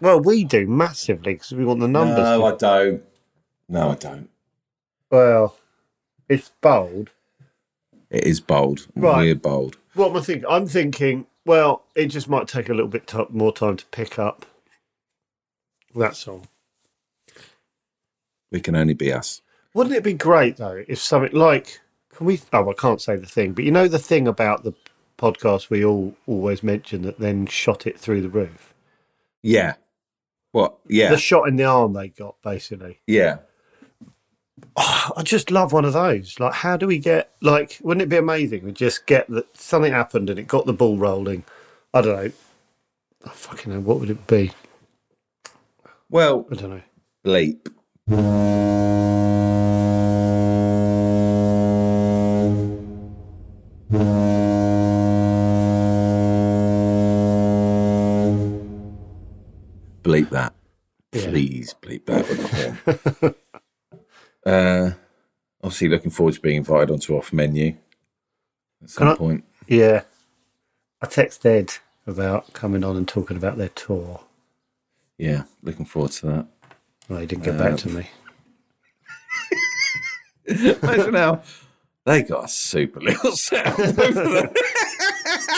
Speaker 3: Well, we do massively because we want the numbers.
Speaker 4: No, I
Speaker 3: to-
Speaker 4: don't. No, I don't.
Speaker 3: Well, it's bold.
Speaker 4: It is bold.
Speaker 3: Right.
Speaker 4: We're bold.
Speaker 3: What am I thinking? I'm thinking. Well, it just might take a little bit to- more time to pick up. That's all.
Speaker 4: We can only be us.
Speaker 3: Wouldn't it be great though if something like can we? Oh, I can't say the thing, but you know the thing about the podcast we all always mention that then shot it through the roof.
Speaker 4: Yeah. What? Yeah.
Speaker 3: the shot in the arm they got basically.
Speaker 4: yeah.
Speaker 3: I just love one of those. Like, how do we get like? Wouldn't it be amazing? We just get that something happened and it got the ball rolling. I don't know. I fucking know what would it be?
Speaker 4: Well,
Speaker 3: I don't know.
Speaker 4: bleep. Bleep that.
Speaker 3: Yeah.
Speaker 4: Please bleep that with the horn. uh, obviously, looking forward to being invited onto off menu at some
Speaker 3: Can I-
Speaker 4: point.
Speaker 3: Yeah, I text Ed about coming on and talking about their tour.
Speaker 4: Yeah, looking forward to that.
Speaker 3: Well, he didn't get back to me.
Speaker 4: Imagine how they got a super little sound.
Speaker 3: do you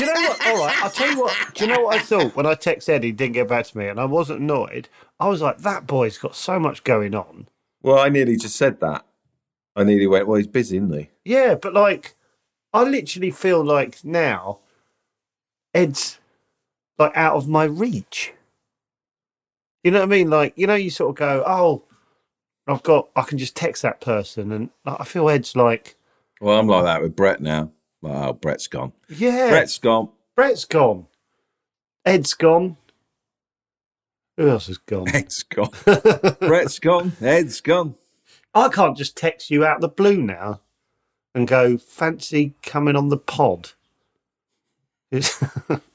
Speaker 3: know what? All right, I'll tell you what. Do you know what I thought when I texted Eddie? Didn't get back to me, and I wasn't annoyed. I was like, that boy's got so much going on.
Speaker 4: well, I nearly just said that. I nearly went, well, he's busy, isn't he?
Speaker 3: Yeah, but like, I literally feel like now Ed's like out of my reach. You know what I mean? Like, you know, you sort of go, oh, I've got, I can just text that person, and like, I feel Ed's like,
Speaker 4: Well, I'm like that with Brett now. Like, oh, Brett's gone.
Speaker 3: yeah,
Speaker 4: Brett's gone.
Speaker 3: Brett's gone, Ed's gone. Who else is gone?
Speaker 4: Ed's gone. Brett's gone. Ed's gone.
Speaker 3: I can't just text you out the blue now and go, fancy coming on the pod. It's-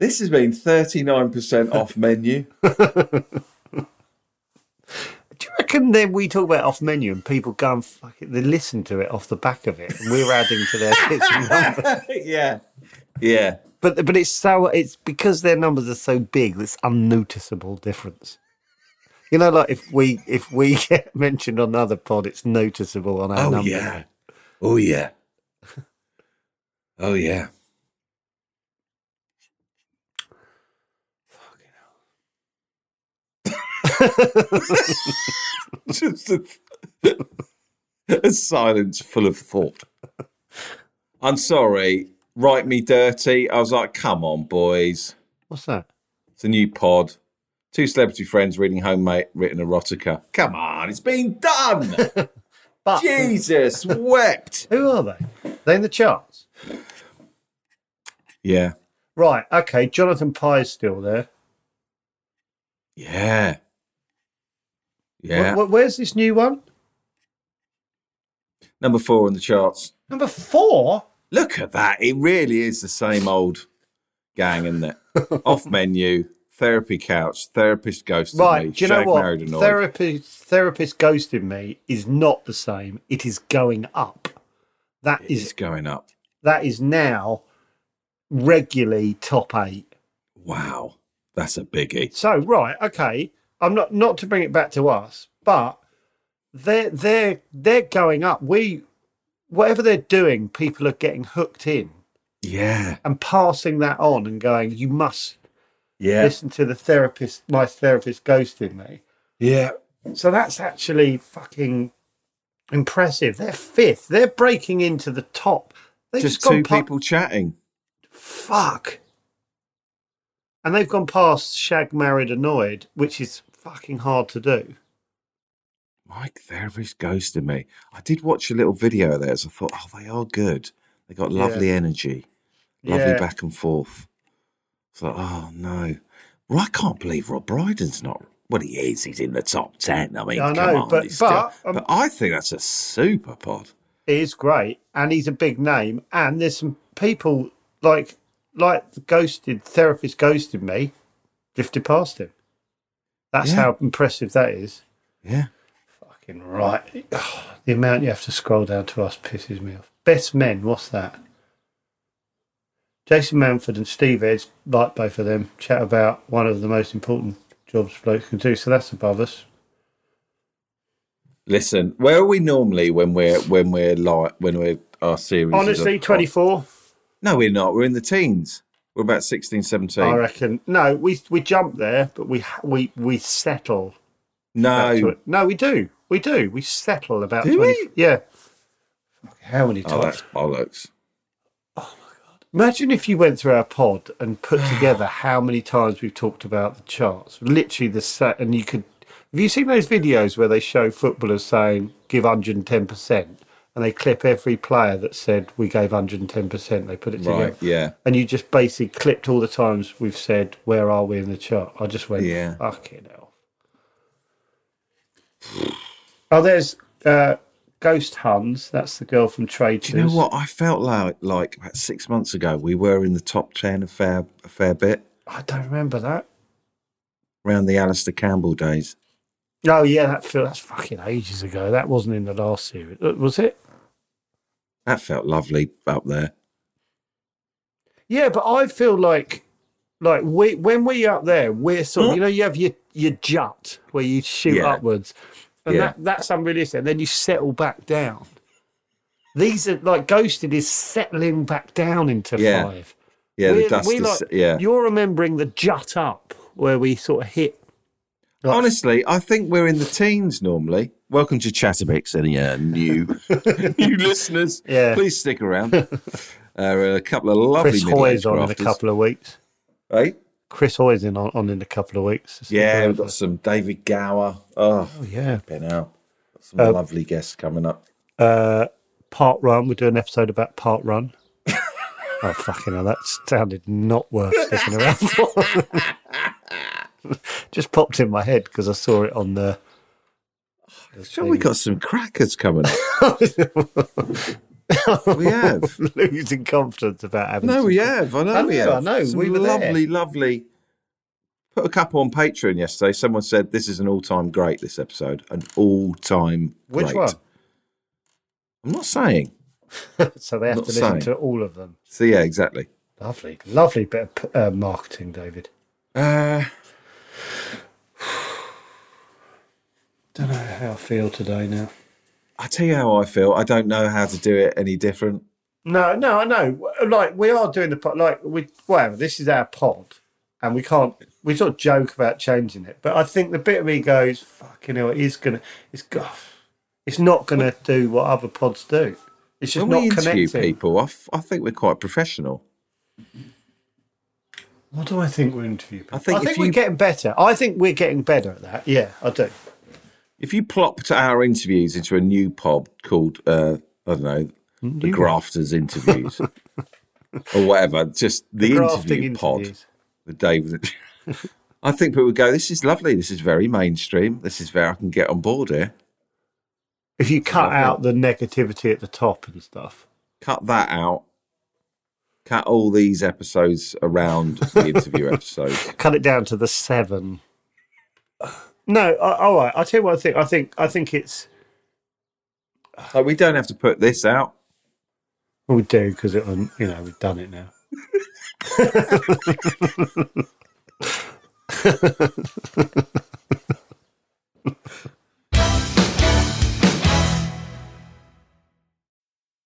Speaker 4: This has been 39% off menu.
Speaker 3: Do you reckon then we talk about off menu and people go and fuck it, they listen to it off the back of it and we're adding to their hits and numbers.
Speaker 4: yeah. Yeah.
Speaker 3: But, but it's so, it's because their numbers are so big, this unnoticeable difference. You know, like if we if we get mentioned on another pod, it's noticeable on our
Speaker 4: Oh,
Speaker 3: number.
Speaker 4: yeah. Oh, yeah. Oh, yeah. Just a, a silence full of thought. I'm sorry. Write me dirty. I was like, come on, boys.
Speaker 3: What's that?
Speaker 4: It's a new pod. Two celebrity friends reading homemade written erotica. Come on, it's been done.
Speaker 3: But
Speaker 4: Jesus wept.
Speaker 3: who are they? They in the charts.
Speaker 4: Yeah.
Speaker 3: Right, okay, Jonathan Pye's still there.
Speaker 4: Yeah. Yeah.
Speaker 3: Wh- wh- where's this new one?
Speaker 4: Number four on the charts.
Speaker 3: Number four?
Speaker 4: Look at that. It really is the same old gang, isn't it? Off menu, therapy couch, therapist ghosted
Speaker 3: Right,
Speaker 4: me,
Speaker 3: do you know
Speaker 4: Shag
Speaker 3: what?
Speaker 4: married annoyed.
Speaker 3: Therapy, therapist ghosted me is not the same. It is going up. That
Speaker 4: It
Speaker 3: is
Speaker 4: is going up.
Speaker 3: that is now regularly top eight.
Speaker 4: Wow. That's a biggie.
Speaker 3: So right, okay. I'm not not to bring it back to us, but they're they're they're going up. We whatever they're doing, people are getting hooked in
Speaker 4: Yeah.
Speaker 3: and passing that on and going, You must
Speaker 4: Yeah.
Speaker 3: listen to the therapist my therapist ghosting me.
Speaker 4: Yeah.
Speaker 3: So that's actually fucking impressive. They're fifth. They're breaking into the top. They've
Speaker 4: Just
Speaker 3: just,
Speaker 4: two
Speaker 3: gone past.
Speaker 4: people chatting.
Speaker 3: Fuck. And they've gone past Shag Married Annoyed, which is fucking hard to do.
Speaker 4: Mike therapist ghosted me. I did watch a little video of theirs. I thought, oh, they are good. They got lovely energy, lovely
Speaker 3: Yeah.
Speaker 4: back and forth. It's like, oh no, well, I can't believe Rob Brydon's not. Well, he is. He's in the top ten. I mean,
Speaker 3: I
Speaker 4: come
Speaker 3: know,
Speaker 4: on.
Speaker 3: but-
Speaker 4: he's still-
Speaker 3: but, um,
Speaker 4: but I think that's a super pod.
Speaker 3: He is great, and he's a big name. And there's some people like like the ghosted therapist ghosted me, drifted past him. That's
Speaker 4: Yeah.
Speaker 3: how impressive that is.
Speaker 4: Yeah.
Speaker 3: Fucking right. The amount you have to scroll down to us pisses me off. Best men, what's that? Jason Manford and Steve Edge, like both of them, chat about one of the most important jobs blokes can do. So that's above us.
Speaker 4: Listen, where are we normally when we're when we're like when we're our series? is
Speaker 3: Honestly,
Speaker 4: on-
Speaker 3: 24.
Speaker 4: No, we're not. We're in the teens. We're about 16, 17.
Speaker 3: I reckon. No, we we jump there, but we we we settle.
Speaker 4: No.
Speaker 3: back to it. no, we do, we do, we settle about.
Speaker 4: Do
Speaker 3: 20,
Speaker 4: we?
Speaker 3: Yeah. Fucking How many
Speaker 4: Oh,
Speaker 3: times?
Speaker 4: that's bollocks.
Speaker 3: Imagine if you went through our pod and put together how many times we've talked about the charts. Literally the set, and you could. Have you seen those videos where they show footballers saying give 110%? And they clip every player that said we gave 110%. They put it together.
Speaker 4: Right, yeah.
Speaker 3: And you just basically clipped all the times we've said, Where are we in the chart? I just went,
Speaker 4: Yeah.
Speaker 3: Fucking hell. Oh, there's uh, Ghost Huns. That's the girl from Trade
Speaker 4: Do you know what? I felt like like about six months ago we were in the top ten a fair a fair bit
Speaker 3: I don't remember that.
Speaker 4: around the Alistair Campbell days.
Speaker 3: Oh yeah, that feel that's fucking ages ago. That wasn't in the last series, uh, was it?
Speaker 4: That felt lovely up there.
Speaker 3: Yeah, but I feel like like we when we up there, we're sort of you know you have your your jut where you shoot
Speaker 4: Yeah.
Speaker 3: upwards, and
Speaker 4: Yeah.
Speaker 3: that that's unrealistic. And then you settle back down. These are like ghosted is settling back down into
Speaker 4: Yeah.
Speaker 3: five.
Speaker 4: Yeah, the
Speaker 3: We're-
Speaker 4: dust
Speaker 3: we
Speaker 4: is
Speaker 3: like-
Speaker 4: yeah.
Speaker 3: You're remembering the jut up where we sort of hit. like-
Speaker 4: Honestly, I think we're in the teens normally. Welcome to Chatterbix, any uh, new new listeners?
Speaker 3: Yeah.
Speaker 4: please stick around. Uh, a couple of lovely
Speaker 3: Chris
Speaker 4: middle-aged
Speaker 3: Hoy's on in a
Speaker 4: grafters.
Speaker 3: couple of weeks.
Speaker 4: Right?
Speaker 3: Chris Hoy's in on, on in a couple of weeks. It's
Speaker 4: Yeah, we've
Speaker 3: incredible.
Speaker 4: got some David Gower. Oh,
Speaker 3: yeah.
Speaker 4: been out. Got Some
Speaker 3: Uh,
Speaker 4: lovely guests coming up.
Speaker 3: uh, part run. We'll do an episode about part run. oh fucking hell, that sounded not worth sticking around for. Just popped in my head because I saw it on the.
Speaker 4: Sure, we got some crackers coming up. we have.
Speaker 3: losing confidence about having.
Speaker 4: No,
Speaker 3: some-
Speaker 4: we have. I know
Speaker 3: I
Speaker 4: we
Speaker 3: know,
Speaker 4: have.
Speaker 3: I know,
Speaker 4: Some
Speaker 3: we were there.
Speaker 4: lovely, lovely. Put a couple on Patreon yesterday. Someone said this is an all-time great. This episode, an all-time
Speaker 3: Which
Speaker 4: great.
Speaker 3: one?
Speaker 4: I'm not saying.
Speaker 3: so they have
Speaker 4: Not
Speaker 3: to listen
Speaker 4: saying.
Speaker 3: to all of them.
Speaker 4: So yeah, exactly.
Speaker 3: Lovely, lovely bit of p- uh, marketing, David.
Speaker 4: Uh,
Speaker 3: Don't know how I feel today now.
Speaker 4: I tell you how I feel. I don't know how to do it any different.
Speaker 3: No, no, I know. Like we are doing the pod. Like we, whatever. This is our pod, and we can't. We sort of joke about changing it, but I think the bit of me goes, "Fucking hell, it is gonna. It's go- It's not gonna do what other pods do. It's just
Speaker 4: when we
Speaker 3: not
Speaker 4: interview
Speaker 3: connecting."
Speaker 4: people, I, f- I think we're quite professional.
Speaker 3: What do I think we're interviewing? People? I
Speaker 4: think
Speaker 3: think,
Speaker 4: if
Speaker 3: we're
Speaker 4: you-
Speaker 3: getting better. I think we're getting better at that. Yeah, I do.
Speaker 4: If you plopped our interviews into a new pod called, uh, I don't know,
Speaker 3: Mm,
Speaker 4: the Grafters Interviews or whatever, just the,
Speaker 3: grafting
Speaker 4: interview pod
Speaker 3: interviews.
Speaker 4: with David. I think people would go, this is lovely. This is very mainstream. This is where I can get on board here.
Speaker 3: If you cut out the negativity at the top and stuff.
Speaker 4: Cut that out. Cut all these episodes around the interview episodes.
Speaker 3: cut it down to the seven. No, I, all right. I'll tell you what I think. I think I think it's
Speaker 4: Like, we don't have to put this out.
Speaker 3: well, we do because it um, you know we've done it now.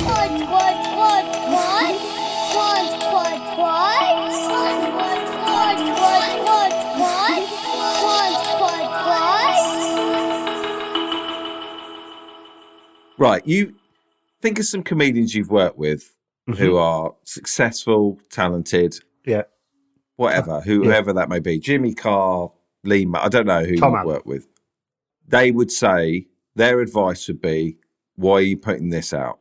Speaker 2: Quad, quad, quad, quad. Quad, quad, quad. Quad, quad, quad, quad, quad, quad. Quad, quad, quad.
Speaker 4: Right, you think of some comedians you've worked with
Speaker 3: Mm-hmm.
Speaker 4: who are successful, talented,
Speaker 3: Yeah. Uh,
Speaker 4: whatever, whoever that may be. Jimmy Carr, Lee, Ma- I don't know who
Speaker 3: Tom
Speaker 4: you've
Speaker 3: Allen.
Speaker 4: worked with. They would say their advice would be, "Why are you putting this out?"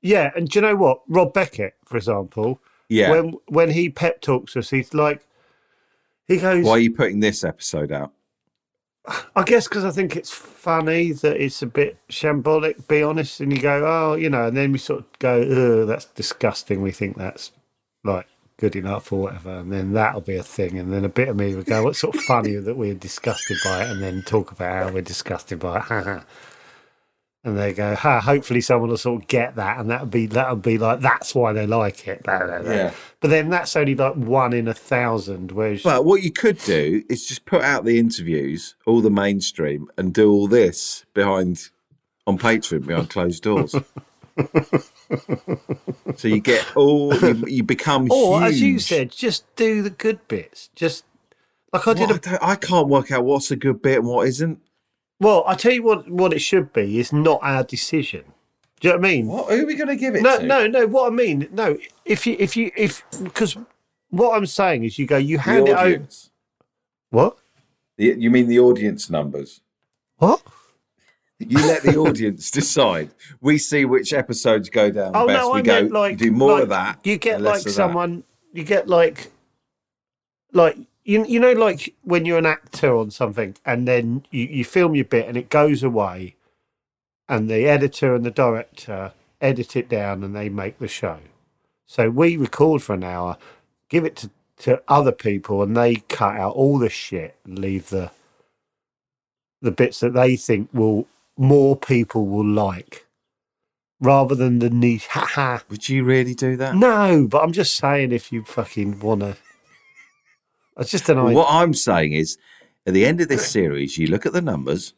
Speaker 3: Yeah, and do you know what? Rob Beckett, for example,
Speaker 4: Yeah.
Speaker 3: when when he pep talks us, he's like, he goes,
Speaker 4: Why are you putting this episode out?
Speaker 3: I guess because I think it's funny that it's a bit shambolic, be honest, and you go, oh, you know, and then we sort of go, oh, that's disgusting. We think that's like good enough or whatever, and then that'll be a thing. And then a bit of me would go, what's sort of funny that we're disgusted by it, and then talk about how we're disgusted by it. ha, ha. and they go, ha, hopefully someone will sort of get that, and that'll be that'll be like that's why they like it. blah, blah, blah.
Speaker 4: Yeah.
Speaker 3: But then that's only like one in a thousand. Whereas
Speaker 4: Well, what you could do is just put out the interviews, all the mainstream, and do all this behind on Patreon behind closed doors. so you get all you, you become
Speaker 3: or
Speaker 4: huge.
Speaker 3: as you said, just do the good bits. Just like I did.
Speaker 4: What? I, can't work out what's a good bit and what isn't.
Speaker 3: Well, I tell you what. What it should be is not our decision. Do you know what I mean?
Speaker 4: What, who are we going to give it
Speaker 3: No,
Speaker 4: to?
Speaker 3: no, no. What I mean, no. If you, if you, if because what I'm saying is, you go, you
Speaker 4: the
Speaker 3: hand it over.
Speaker 4: audience.
Speaker 3: What?
Speaker 4: The- you mean the audience numbers?
Speaker 3: What?
Speaker 4: You let the audience decide. We see which episodes go down
Speaker 3: Oh
Speaker 4: um, best.
Speaker 3: no,
Speaker 4: we
Speaker 3: I
Speaker 4: go
Speaker 3: meant like
Speaker 4: do more
Speaker 3: like,
Speaker 4: of that.
Speaker 3: You get
Speaker 4: and
Speaker 3: like
Speaker 4: less of that.
Speaker 3: someone. You get like, like you you know like when you're an actor on something and then you you film your bit and it goes away, and the editor and the director edit it down and they make the show. So we record for an hour, give it to to other people and they cut out all the shit and leave the the bits that they think will more people will like rather than the niche ha ha
Speaker 4: Would you really do that?
Speaker 3: no but i'm just saying if you fucking wanna it's just an
Speaker 4: Well,
Speaker 3: idea
Speaker 4: What I'm saying is, at the end of this series, you look at the numbers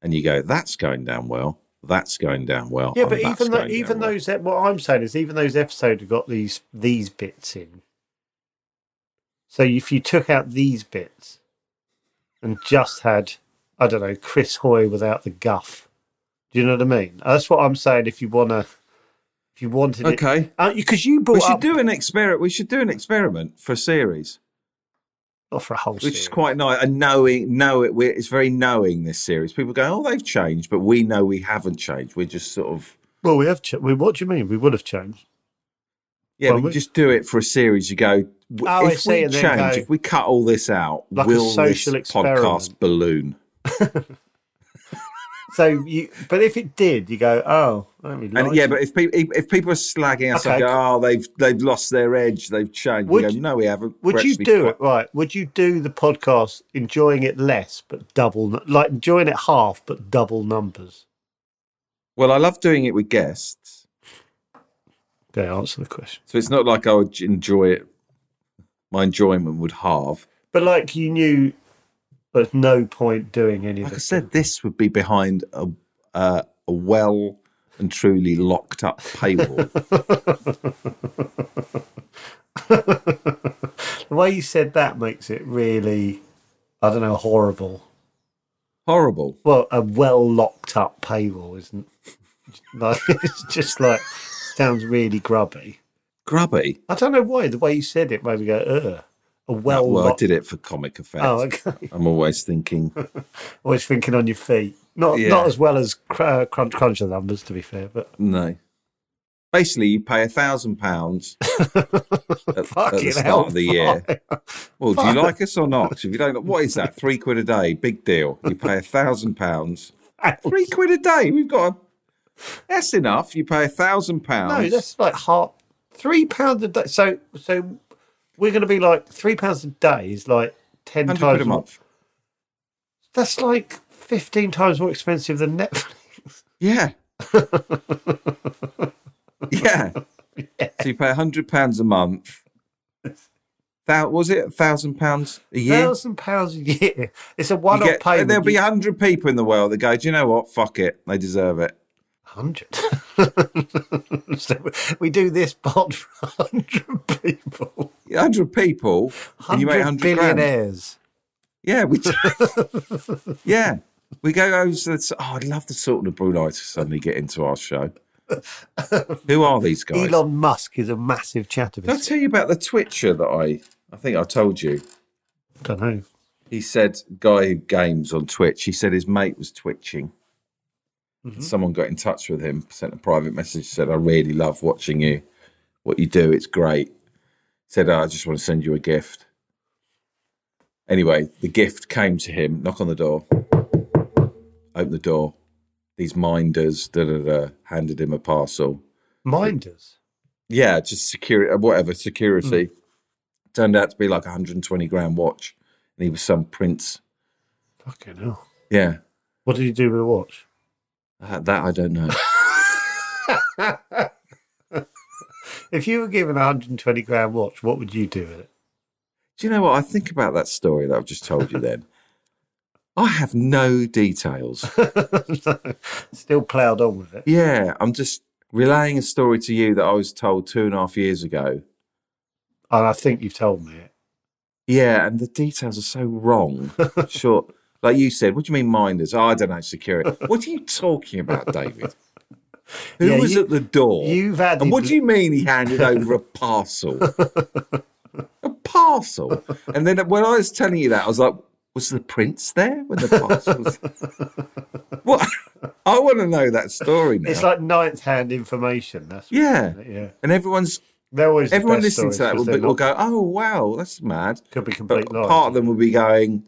Speaker 4: and you go, "That's going down well. That's going down well."
Speaker 3: yeah
Speaker 4: and
Speaker 3: but
Speaker 4: that's
Speaker 3: even though
Speaker 4: going down
Speaker 3: even
Speaker 4: well."
Speaker 3: those ep- what i'm saying is even those episodes have got these these bits in so if you took out these bits and just had i don't know chris hoy without the guff do you know what i mean that's what i'm saying if you wanna if you wanted it-
Speaker 4: Okay.
Speaker 3: because you brought
Speaker 4: we should
Speaker 3: up-
Speaker 4: do an experiment. We should do an experiment for a series,
Speaker 3: not for a whole
Speaker 4: which
Speaker 3: series.
Speaker 4: is quite nice. And knowing, know it, we're, it's very knowing this series. People go, "Oh, they've changed," but we know we haven't changed. We're just sort of
Speaker 3: Well, we have. Ch- we, what do you mean? We would have changed.
Speaker 4: yeah.
Speaker 3: Well,
Speaker 4: we
Speaker 3: we-
Speaker 4: just do it for a series. You go. w-
Speaker 3: Oh, I
Speaker 4: if
Speaker 3: see,
Speaker 4: we
Speaker 3: and
Speaker 4: change,
Speaker 3: then go-
Speaker 4: if we cut all this out,
Speaker 3: Like a
Speaker 4: will
Speaker 3: social
Speaker 4: this podcast
Speaker 3: experiment.
Speaker 4: balloon?
Speaker 3: So you, but if it did, you go, oh, I don't really
Speaker 4: And
Speaker 3: like
Speaker 4: yeah,
Speaker 3: it.
Speaker 4: but if people if, if people are slagging us,
Speaker 3: Okay.
Speaker 4: like, oh, they've they've lost their edge, they've changed.
Speaker 3: Would
Speaker 4: We go,
Speaker 3: you-
Speaker 4: no, we haven't. We're
Speaker 3: would you
Speaker 4: actually
Speaker 3: do
Speaker 4: quite-
Speaker 3: it right? Would you do the podcast enjoying it less but double, n- like enjoying it half but double numbers?
Speaker 4: Well, I love doing it with guests,
Speaker 3: Okay, answer the question.
Speaker 4: so it's not like I would enjoy it. My enjoyment would halve.
Speaker 3: But like you knew, there's no point doing any of
Speaker 4: Like I
Speaker 3: this.
Speaker 4: said, this would be behind a uh, a well and truly locked up paywall.
Speaker 3: the way you said that makes it really, I don't know, horrible.
Speaker 4: Horrible.
Speaker 3: Well, a well locked up paywall isn't. Like, it's just like sounds really grubby.
Speaker 4: Grubby.
Speaker 3: I don't know why the way you said it made me go ugh. A well.
Speaker 4: well, I
Speaker 3: locked-
Speaker 4: did it for comic effect.
Speaker 3: Oh, okay.
Speaker 4: I'm always thinking.
Speaker 3: Always thinking on your feet. Not
Speaker 4: Yeah.
Speaker 3: not as well as cr- uh, crunch crunch the numbers to be fair, but
Speaker 4: No. Basically, you pay a thousand pounds at at the
Speaker 3: Fucking
Speaker 4: start
Speaker 3: hell,
Speaker 4: of the year. Well, do you
Speaker 3: Fuck.
Speaker 4: like us or not? If you don't, what is that? Three quid a day, big deal. You pay a thousand pounds. Three quid a day. We've got. A, that's enough. You pay a thousand
Speaker 3: no,
Speaker 4: pounds.
Speaker 3: that's like half three pounds a day. So so we're going to be like three pounds a day is like ten
Speaker 4: hundred
Speaker 3: times
Speaker 4: quid a
Speaker 3: more-
Speaker 4: month.
Speaker 3: That's like fifteen times more expensive than Netflix.
Speaker 4: Yeah, yeah. So you pay a hundred pounds a month. That was it. A thousand pounds a year.
Speaker 3: Thousand pounds a year. It's a
Speaker 4: You
Speaker 3: one-off
Speaker 4: get-
Speaker 3: payment.
Speaker 4: There'll be
Speaker 3: You-
Speaker 4: a hundred people in the world that go. Do you know what? Fuck it. They deserve it.
Speaker 3: hundred. so we do this pod for hundred people.
Speaker 4: hundred people. and you make
Speaker 3: Hundred
Speaker 4: hundred grand.
Speaker 3: billionaires.
Speaker 4: Yeah, we do. yeah. We go over to the. Oh, I'd love the sort of Brunei to suddenly get into our show. Who are these guys?
Speaker 3: Elon Musk is a massive chatterbox.
Speaker 4: Did I tell you about the Twitcher that I? I think I told you.
Speaker 3: Don't know.
Speaker 4: He said, "Guy who games on Twitch." He said his mate was twitching. Someone got in touch with him, sent a private message, said, "I really love watching you. What you do, it's great." Said, "Oh, "I just want to send you a gift." Anyway, the gift came to him. Knock on the door. Open the door. These minders, da da da, handed him a parcel.
Speaker 3: Minders.
Speaker 4: Yeah, just security, whatever security. Turned out to be like a 120 grand watch, and he was some prince.
Speaker 3: Fucking hell.
Speaker 4: Yeah,
Speaker 3: What did he do with the watch?
Speaker 4: uh, that I don't know.
Speaker 3: If you were given a 120 grand watch, what would you do with it?
Speaker 4: Do you know what I think about that story that I've just told you? Then I have no details.
Speaker 3: Still ploughed on with it.
Speaker 4: Yeah, I'm just relaying a story to you that I was told two and a half years ago.
Speaker 3: And I think you've told me it.
Speaker 4: Yeah, and the details are so wrong. sure. Like you said, what do you mean minders? Oh, I don't know, security. What are you talking about, David? Who
Speaker 3: Yeah,
Speaker 4: was
Speaker 3: you-
Speaker 4: at the door?
Speaker 3: you've had
Speaker 4: And
Speaker 3: the
Speaker 4: what do
Speaker 3: bl-
Speaker 4: you mean he handed over a parcel? a parcel. And then when I was telling you that, I was like, was the prince there when the parcel was? what? I want to know that story now.
Speaker 3: It's like ninth hand information. That's what
Speaker 4: Yeah.
Speaker 3: it is, Yeah.
Speaker 4: and everyone's
Speaker 3: They're always the
Speaker 4: everyone
Speaker 3: best
Speaker 4: listening to
Speaker 3: stories
Speaker 4: that will,
Speaker 3: 'cause
Speaker 4: be,
Speaker 3: they're
Speaker 4: will
Speaker 3: not-
Speaker 4: go, "Oh wow, that's mad."
Speaker 3: Could be
Speaker 4: But
Speaker 3: complete lies.
Speaker 4: part of them will be going,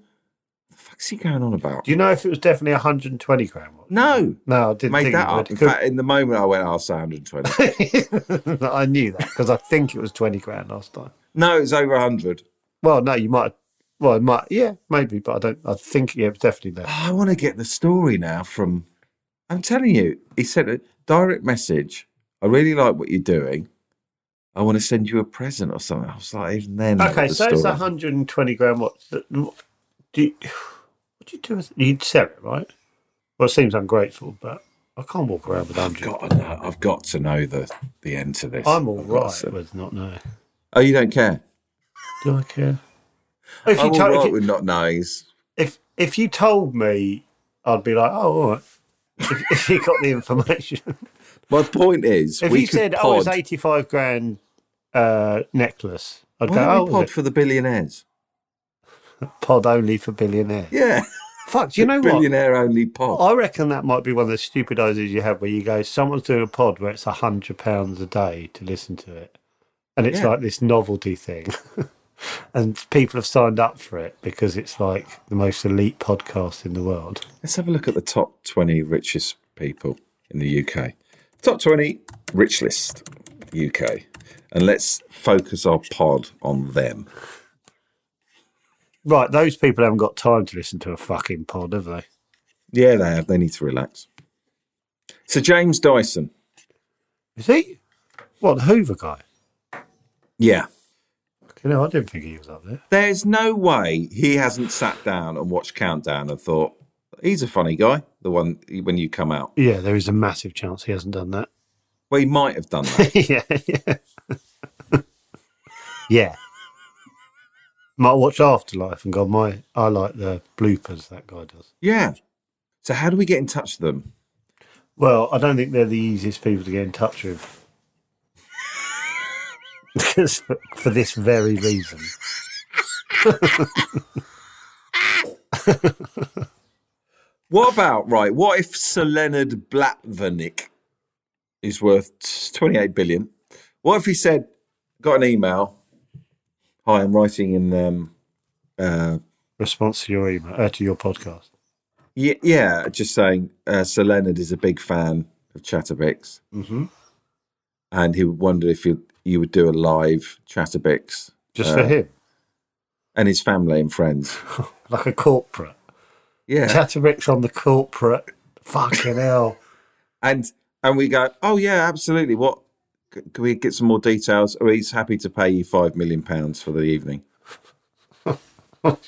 Speaker 4: "The fuck's he going on about?"
Speaker 3: Do you know if it was definitely a 120 grand watch?
Speaker 4: No,
Speaker 3: No, I didn't
Speaker 4: made
Speaker 3: think
Speaker 4: that
Speaker 3: it
Speaker 4: up.
Speaker 3: would.
Speaker 4: In
Speaker 3: Could-
Speaker 4: fact, in the moment, I went, "Oh, "I'll say 120."
Speaker 3: I knew that because I think it was 20 grand last time.
Speaker 4: no, it's over 100.
Speaker 3: Well, no, you might. Well, it might. Yeah, maybe, but I don't. I think yeah, it was definitely there.
Speaker 4: Oh, I want to get the story now from. I'm telling you, he sent a direct message. I really like what you're doing. I want to send you a present or something. I was like, even then,
Speaker 3: Okay,
Speaker 4: the
Speaker 3: so it's
Speaker 4: story-
Speaker 3: 120 grand watch. that- Do you, what do you do with it? You'd sell it, right? Well, it seems ungrateful, but I can't walk around with
Speaker 4: I've
Speaker 3: 100.
Speaker 4: got to know. I've got to know the the end to this.
Speaker 3: I'm all
Speaker 4: I've got
Speaker 3: right
Speaker 4: to-
Speaker 3: with not knowing.
Speaker 4: Oh, you don't care.
Speaker 3: Do I care? If you,
Speaker 4: I'm
Speaker 3: told,
Speaker 4: all
Speaker 3: if,
Speaker 4: right
Speaker 3: you-
Speaker 4: with not knowings.
Speaker 3: if if you told me, I'd be like, oh, all right. if, if you got the information.
Speaker 4: My point is,
Speaker 3: If
Speaker 4: we
Speaker 3: you
Speaker 4: could
Speaker 3: said,
Speaker 4: pod,
Speaker 3: "Oh, it's eighty-five grand uh, necklace," I'd
Speaker 4: why
Speaker 3: go,
Speaker 4: don't
Speaker 3: "Oh,
Speaker 4: we
Speaker 3: was
Speaker 4: pod
Speaker 3: it?
Speaker 4: for the billionaires?
Speaker 3: pod only for billionaires."
Speaker 4: Yeah,
Speaker 3: Fuck, do you know what?
Speaker 4: billionaire only pod.
Speaker 3: I reckon that might be one of the stupid ideas you have, where you go, "Someone's doing a pod where it's hundred pounds a day to listen to it," and it's
Speaker 4: Yeah.
Speaker 3: like this novelty thing, and people have signed up for it because it's like the most elite podcast in the world.
Speaker 4: Let's have a look at the top 20 richest people in the UK. Top 20 rich list UK. And let's focus our pod on them.
Speaker 3: Right, those people haven't got time to listen to a fucking pod, have they?
Speaker 4: Yeah, they have. They need to relax. So James Dyson.
Speaker 3: Is he? What the Hoover guy?
Speaker 4: Yeah.
Speaker 3: You know, I didn't think he was up there.
Speaker 4: There's no way he hasn't sat down and watched Countdown and thought, he's a funny guy, the one when you come out.
Speaker 3: Yeah, there is a massive chance he hasn't done that.
Speaker 4: Well, he might have done that.
Speaker 3: yeah, yeah. yeah. Might watch Afterlife and go, my, I like the bloopers that guy does.
Speaker 4: yeah. So how do we get in touch with them?
Speaker 3: Well, I don't think they're the easiest people to get in touch with. because for, for this very reason.
Speaker 4: What about right? What if Sir Leonard Blatvanik is worth twenty-eight billion? What if he said, "Got an email? Hi, I'm writing in um, uh,
Speaker 3: Response to your email, uh, to your podcast.
Speaker 4: yeah, yeah, just saying uh, Sir Leonard is a big fan of Chatterbix,
Speaker 3: Mm-hmm.
Speaker 4: and he would wonder if you you would do a live Chatterbix
Speaker 3: Just
Speaker 4: uh,
Speaker 3: for him,
Speaker 4: and his family and friends."
Speaker 3: like a corporate.
Speaker 4: Yeah,
Speaker 3: Chatterix on the corporate. Fucking hell.
Speaker 4: and and we go, "Oh yeah, absolutely." What? c- Can we get some more details? Or he's happy to pay you five million pounds for the evening.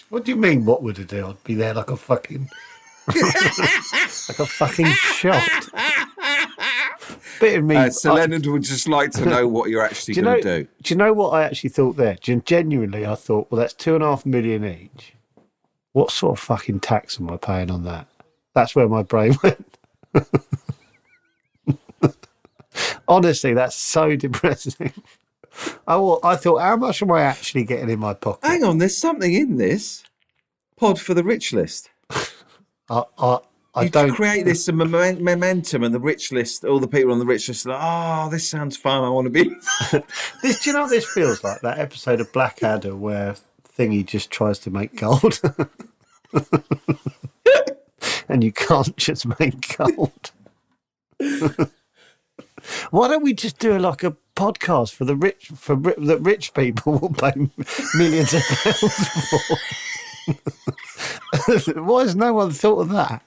Speaker 3: What do you mean? What would I do? I'd be there like a fucking, like a fucking shot. Bit of me.
Speaker 4: Uh, so
Speaker 3: I-
Speaker 4: Leonard would just like to know what you're actually
Speaker 3: do you
Speaker 4: going
Speaker 3: know?
Speaker 4: to do.
Speaker 3: you know what I actually thought there? Gen- Genuinely, I thought, well, that's two and a half million each. What sort of fucking tax am I paying on that? That's where my brain went. Honestly, that's so depressing. I, wa- I thought, how much am I actually getting in my pocket?
Speaker 4: Hang on, there's something in this pod for the rich list.
Speaker 3: I, I, I
Speaker 4: you
Speaker 3: don't
Speaker 4: create this momen- momentum, and the rich list, all the people on the rich list, are like, oh, this sounds fun. I want to be.
Speaker 3: This, do you know what this feels like? That episode of Blackadder where Thingy just tries to make gold. and you can't just make gold. Why don't we just do like a podcast for the rich for ri- that rich people will pay millions of pounds for? Why has no one thought of that?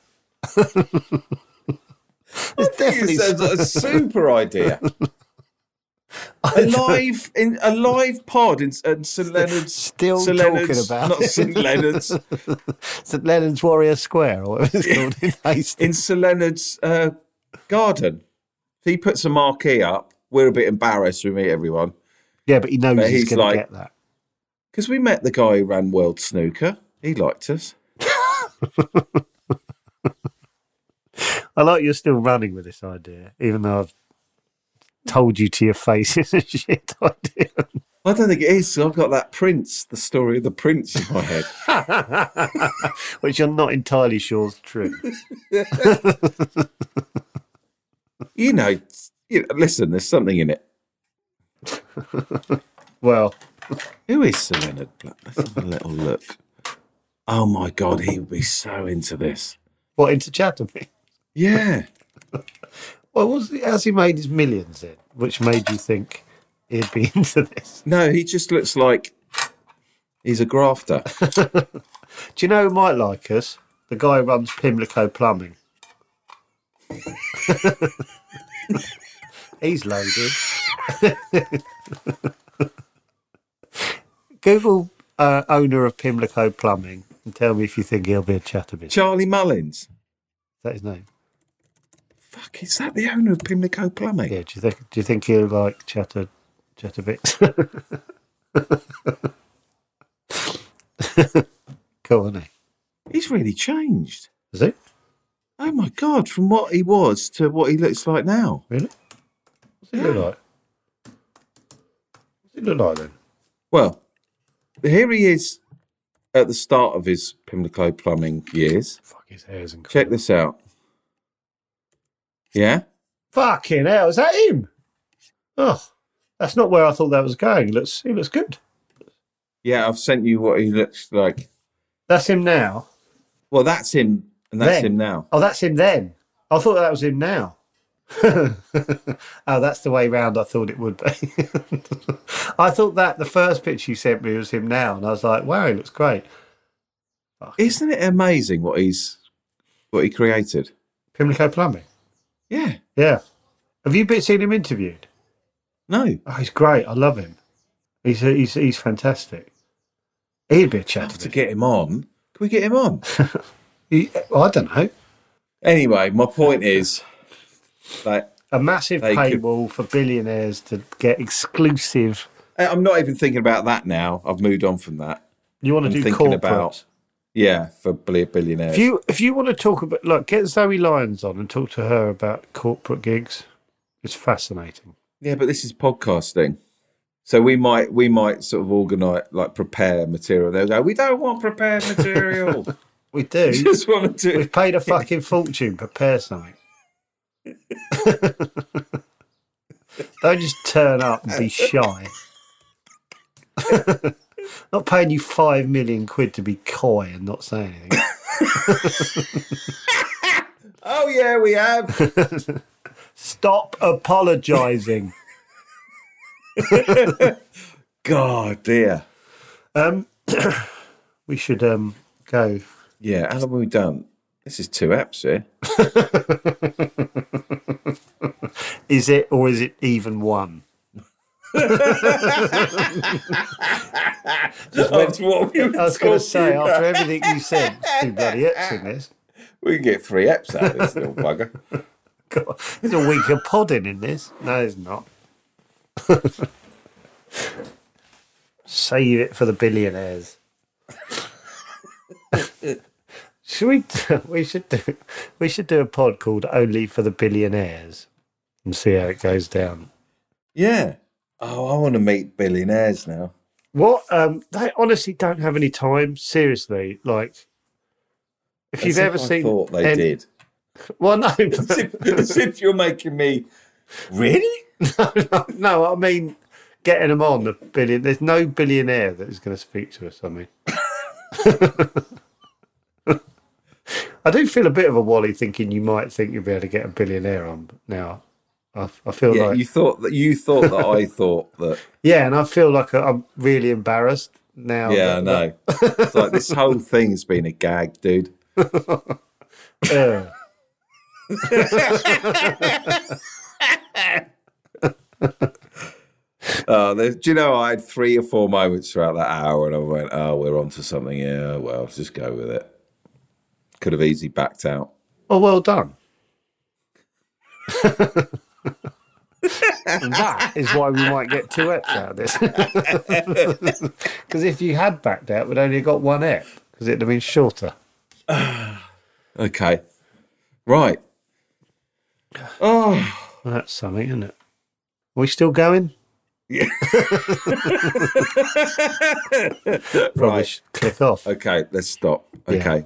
Speaker 3: it's
Speaker 4: Definitely sounds like a super idea. a live in a live pod in, in St Leonard's.
Speaker 3: Still
Speaker 4: St.
Speaker 3: talking
Speaker 4: Leonard's,
Speaker 3: about
Speaker 4: not
Speaker 3: it.
Speaker 4: St Leonard's
Speaker 3: St Leonard's Warrior Square or whatever it's called in Hastings.
Speaker 4: in St Leonard's uh, garden. He puts a marquee up. We're a bit embarrassed. We meet everyone
Speaker 3: Yeah, but he knows
Speaker 4: But
Speaker 3: he's,
Speaker 4: he's
Speaker 3: going
Speaker 4: like-
Speaker 3: to get that.
Speaker 4: because we met the guy who ran World Snooker. He liked us.
Speaker 3: I like you're still running with this idea, even though I've told you to your face it's a shit idea.
Speaker 4: I don't think it is. 'cause I've got that prince, the story of the prince in my head.
Speaker 3: Which I'm not entirely sure is true.
Speaker 4: you know, you know, listen, there's something in it.
Speaker 3: well,
Speaker 4: who is Sir Leonard Black? Let's have a little look. Oh my God, he would be so into this.
Speaker 3: What, into Chatterby?
Speaker 4: Yeah.
Speaker 3: Well, what's he, how's he made his millions then? Which made you think he'd be into this?
Speaker 4: No, he just looks like he's a grafter.
Speaker 3: Do you know who might like us? The guy who runs Pimlico Plumbing. He's loaded. Google uh, owner of Pimlico Plumbing and tell me if you think he'll be a chatterbit.
Speaker 4: Charlie Mullins. Is
Speaker 3: that his name?
Speaker 4: Fuck, is that the owner of Pimlico Plumbing?
Speaker 3: Yeah, do you think do you think he'll like chatter chatterbits? cool, isn't he?
Speaker 4: He's really changed.
Speaker 3: Is he?
Speaker 4: Oh my God, from what he was to what he looks like now.
Speaker 3: Really? What's he look like? What's he look like then?
Speaker 4: Well, here he is at the start of his Pimlico Plumbing years.
Speaker 3: Fuck, his hair's incredible.
Speaker 4: Check this out. Yeah?
Speaker 3: Fucking hell, is that him? Oh, that's not where I thought that was going. He looks, he looks good.
Speaker 4: Yeah, I've sent you what he looks like.
Speaker 3: That's him now.
Speaker 4: Well, that's him, and that's
Speaker 3: Then.
Speaker 4: him now.
Speaker 3: Oh, that's him then. I thought that was him now. oh, that's the way round I thought it would be. I thought that the first picture you sent me was him now, and I was like, wow, he looks great.
Speaker 4: Isn't it amazing what he's what he created?
Speaker 3: Pimlico Plumbing.
Speaker 4: Yeah.
Speaker 3: Yeah. Have you been seen him interviewed?
Speaker 4: No.
Speaker 3: Oh, he's great. I love him. He's he's he's fantastic. He'd be a chat
Speaker 4: to get him on. Can we get him on?
Speaker 3: He- oh, I don't know.
Speaker 4: Anyway, my point is that
Speaker 3: A massive
Speaker 4: They could-
Speaker 3: paywall for billionaires to get exclusive.
Speaker 4: I- I'm not even thinking about that now. I've moved on from that.
Speaker 3: You want
Speaker 4: I'm
Speaker 3: to do
Speaker 4: thinking
Speaker 3: corporate?
Speaker 4: about yeah for bill- billionaires.
Speaker 3: if you if you want to talk about look, get Zoe Lyons on and talk to her about corporate gigs. It's fascinating.
Speaker 4: Yeah, but this is podcasting, so we might we might sort of organise like prepare material. They'll go, we don't want prepared material.
Speaker 3: We do.
Speaker 4: Just want to.
Speaker 3: We've paid a fucking fortune. Prepare something. Don't just turn up and be shy. not paying you five million quid to be coy and not say anything.
Speaker 4: oh yeah, we have.
Speaker 3: Stop apologising.
Speaker 4: God dear.
Speaker 3: Um, we should um go.
Speaker 4: Yeah, how long have we done? This is two apps here.
Speaker 3: Is it or is it even one?
Speaker 4: That's what we were
Speaker 3: I was going to
Speaker 4: talking
Speaker 3: say
Speaker 4: about.
Speaker 3: after everything you said, it's two bloody eps in this.
Speaker 4: We can get three apps out of this little bugger.
Speaker 3: God, there's a weaker podding in this. No, there's not. Save it for the billionaires. Should we? We should do. We should do a pod called "Only for the Billionaires" and see how it goes down.
Speaker 4: Yeah. Oh, I want to meet billionaires now.
Speaker 3: What? Um, they honestly don't have any time. Seriously, like if
Speaker 4: As
Speaker 3: you've ever
Speaker 4: I
Speaker 3: seen,
Speaker 4: thought they
Speaker 3: any-
Speaker 4: did.
Speaker 3: Well, no,
Speaker 4: as, if, as if you're making me really.
Speaker 3: No, no, no, I mean getting them on the billion. There's no billionaire that is going to speak to us. I mean, I do feel a bit of a wally thinking you might think you'll be able to get a billionaire on now. I, I feel
Speaker 4: Yeah,
Speaker 3: like
Speaker 4: you thought that you thought that I thought that.
Speaker 3: yeah, and I feel like I'm really embarrassed now.
Speaker 4: Yeah, I
Speaker 3: that-
Speaker 4: know. it's like this whole thing's been a gag, dude.
Speaker 3: Uh.
Speaker 4: Uh, there- do you know, I had three or four moments throughout that hour and I went, oh, we're onto something. Yeah, well, let's just go with it. Could have easily backed out.
Speaker 3: Oh, well done. that is why we might get two eps out of this. Because if you had backed out, we'd only have got one ep because it'd have been shorter.
Speaker 4: Okay. Right. Oh.
Speaker 3: that's something, isn't it? Are we still going?
Speaker 4: Yeah.
Speaker 3: Probably should click off.
Speaker 4: Okay, let's stop.
Speaker 3: Yeah.
Speaker 4: Okay.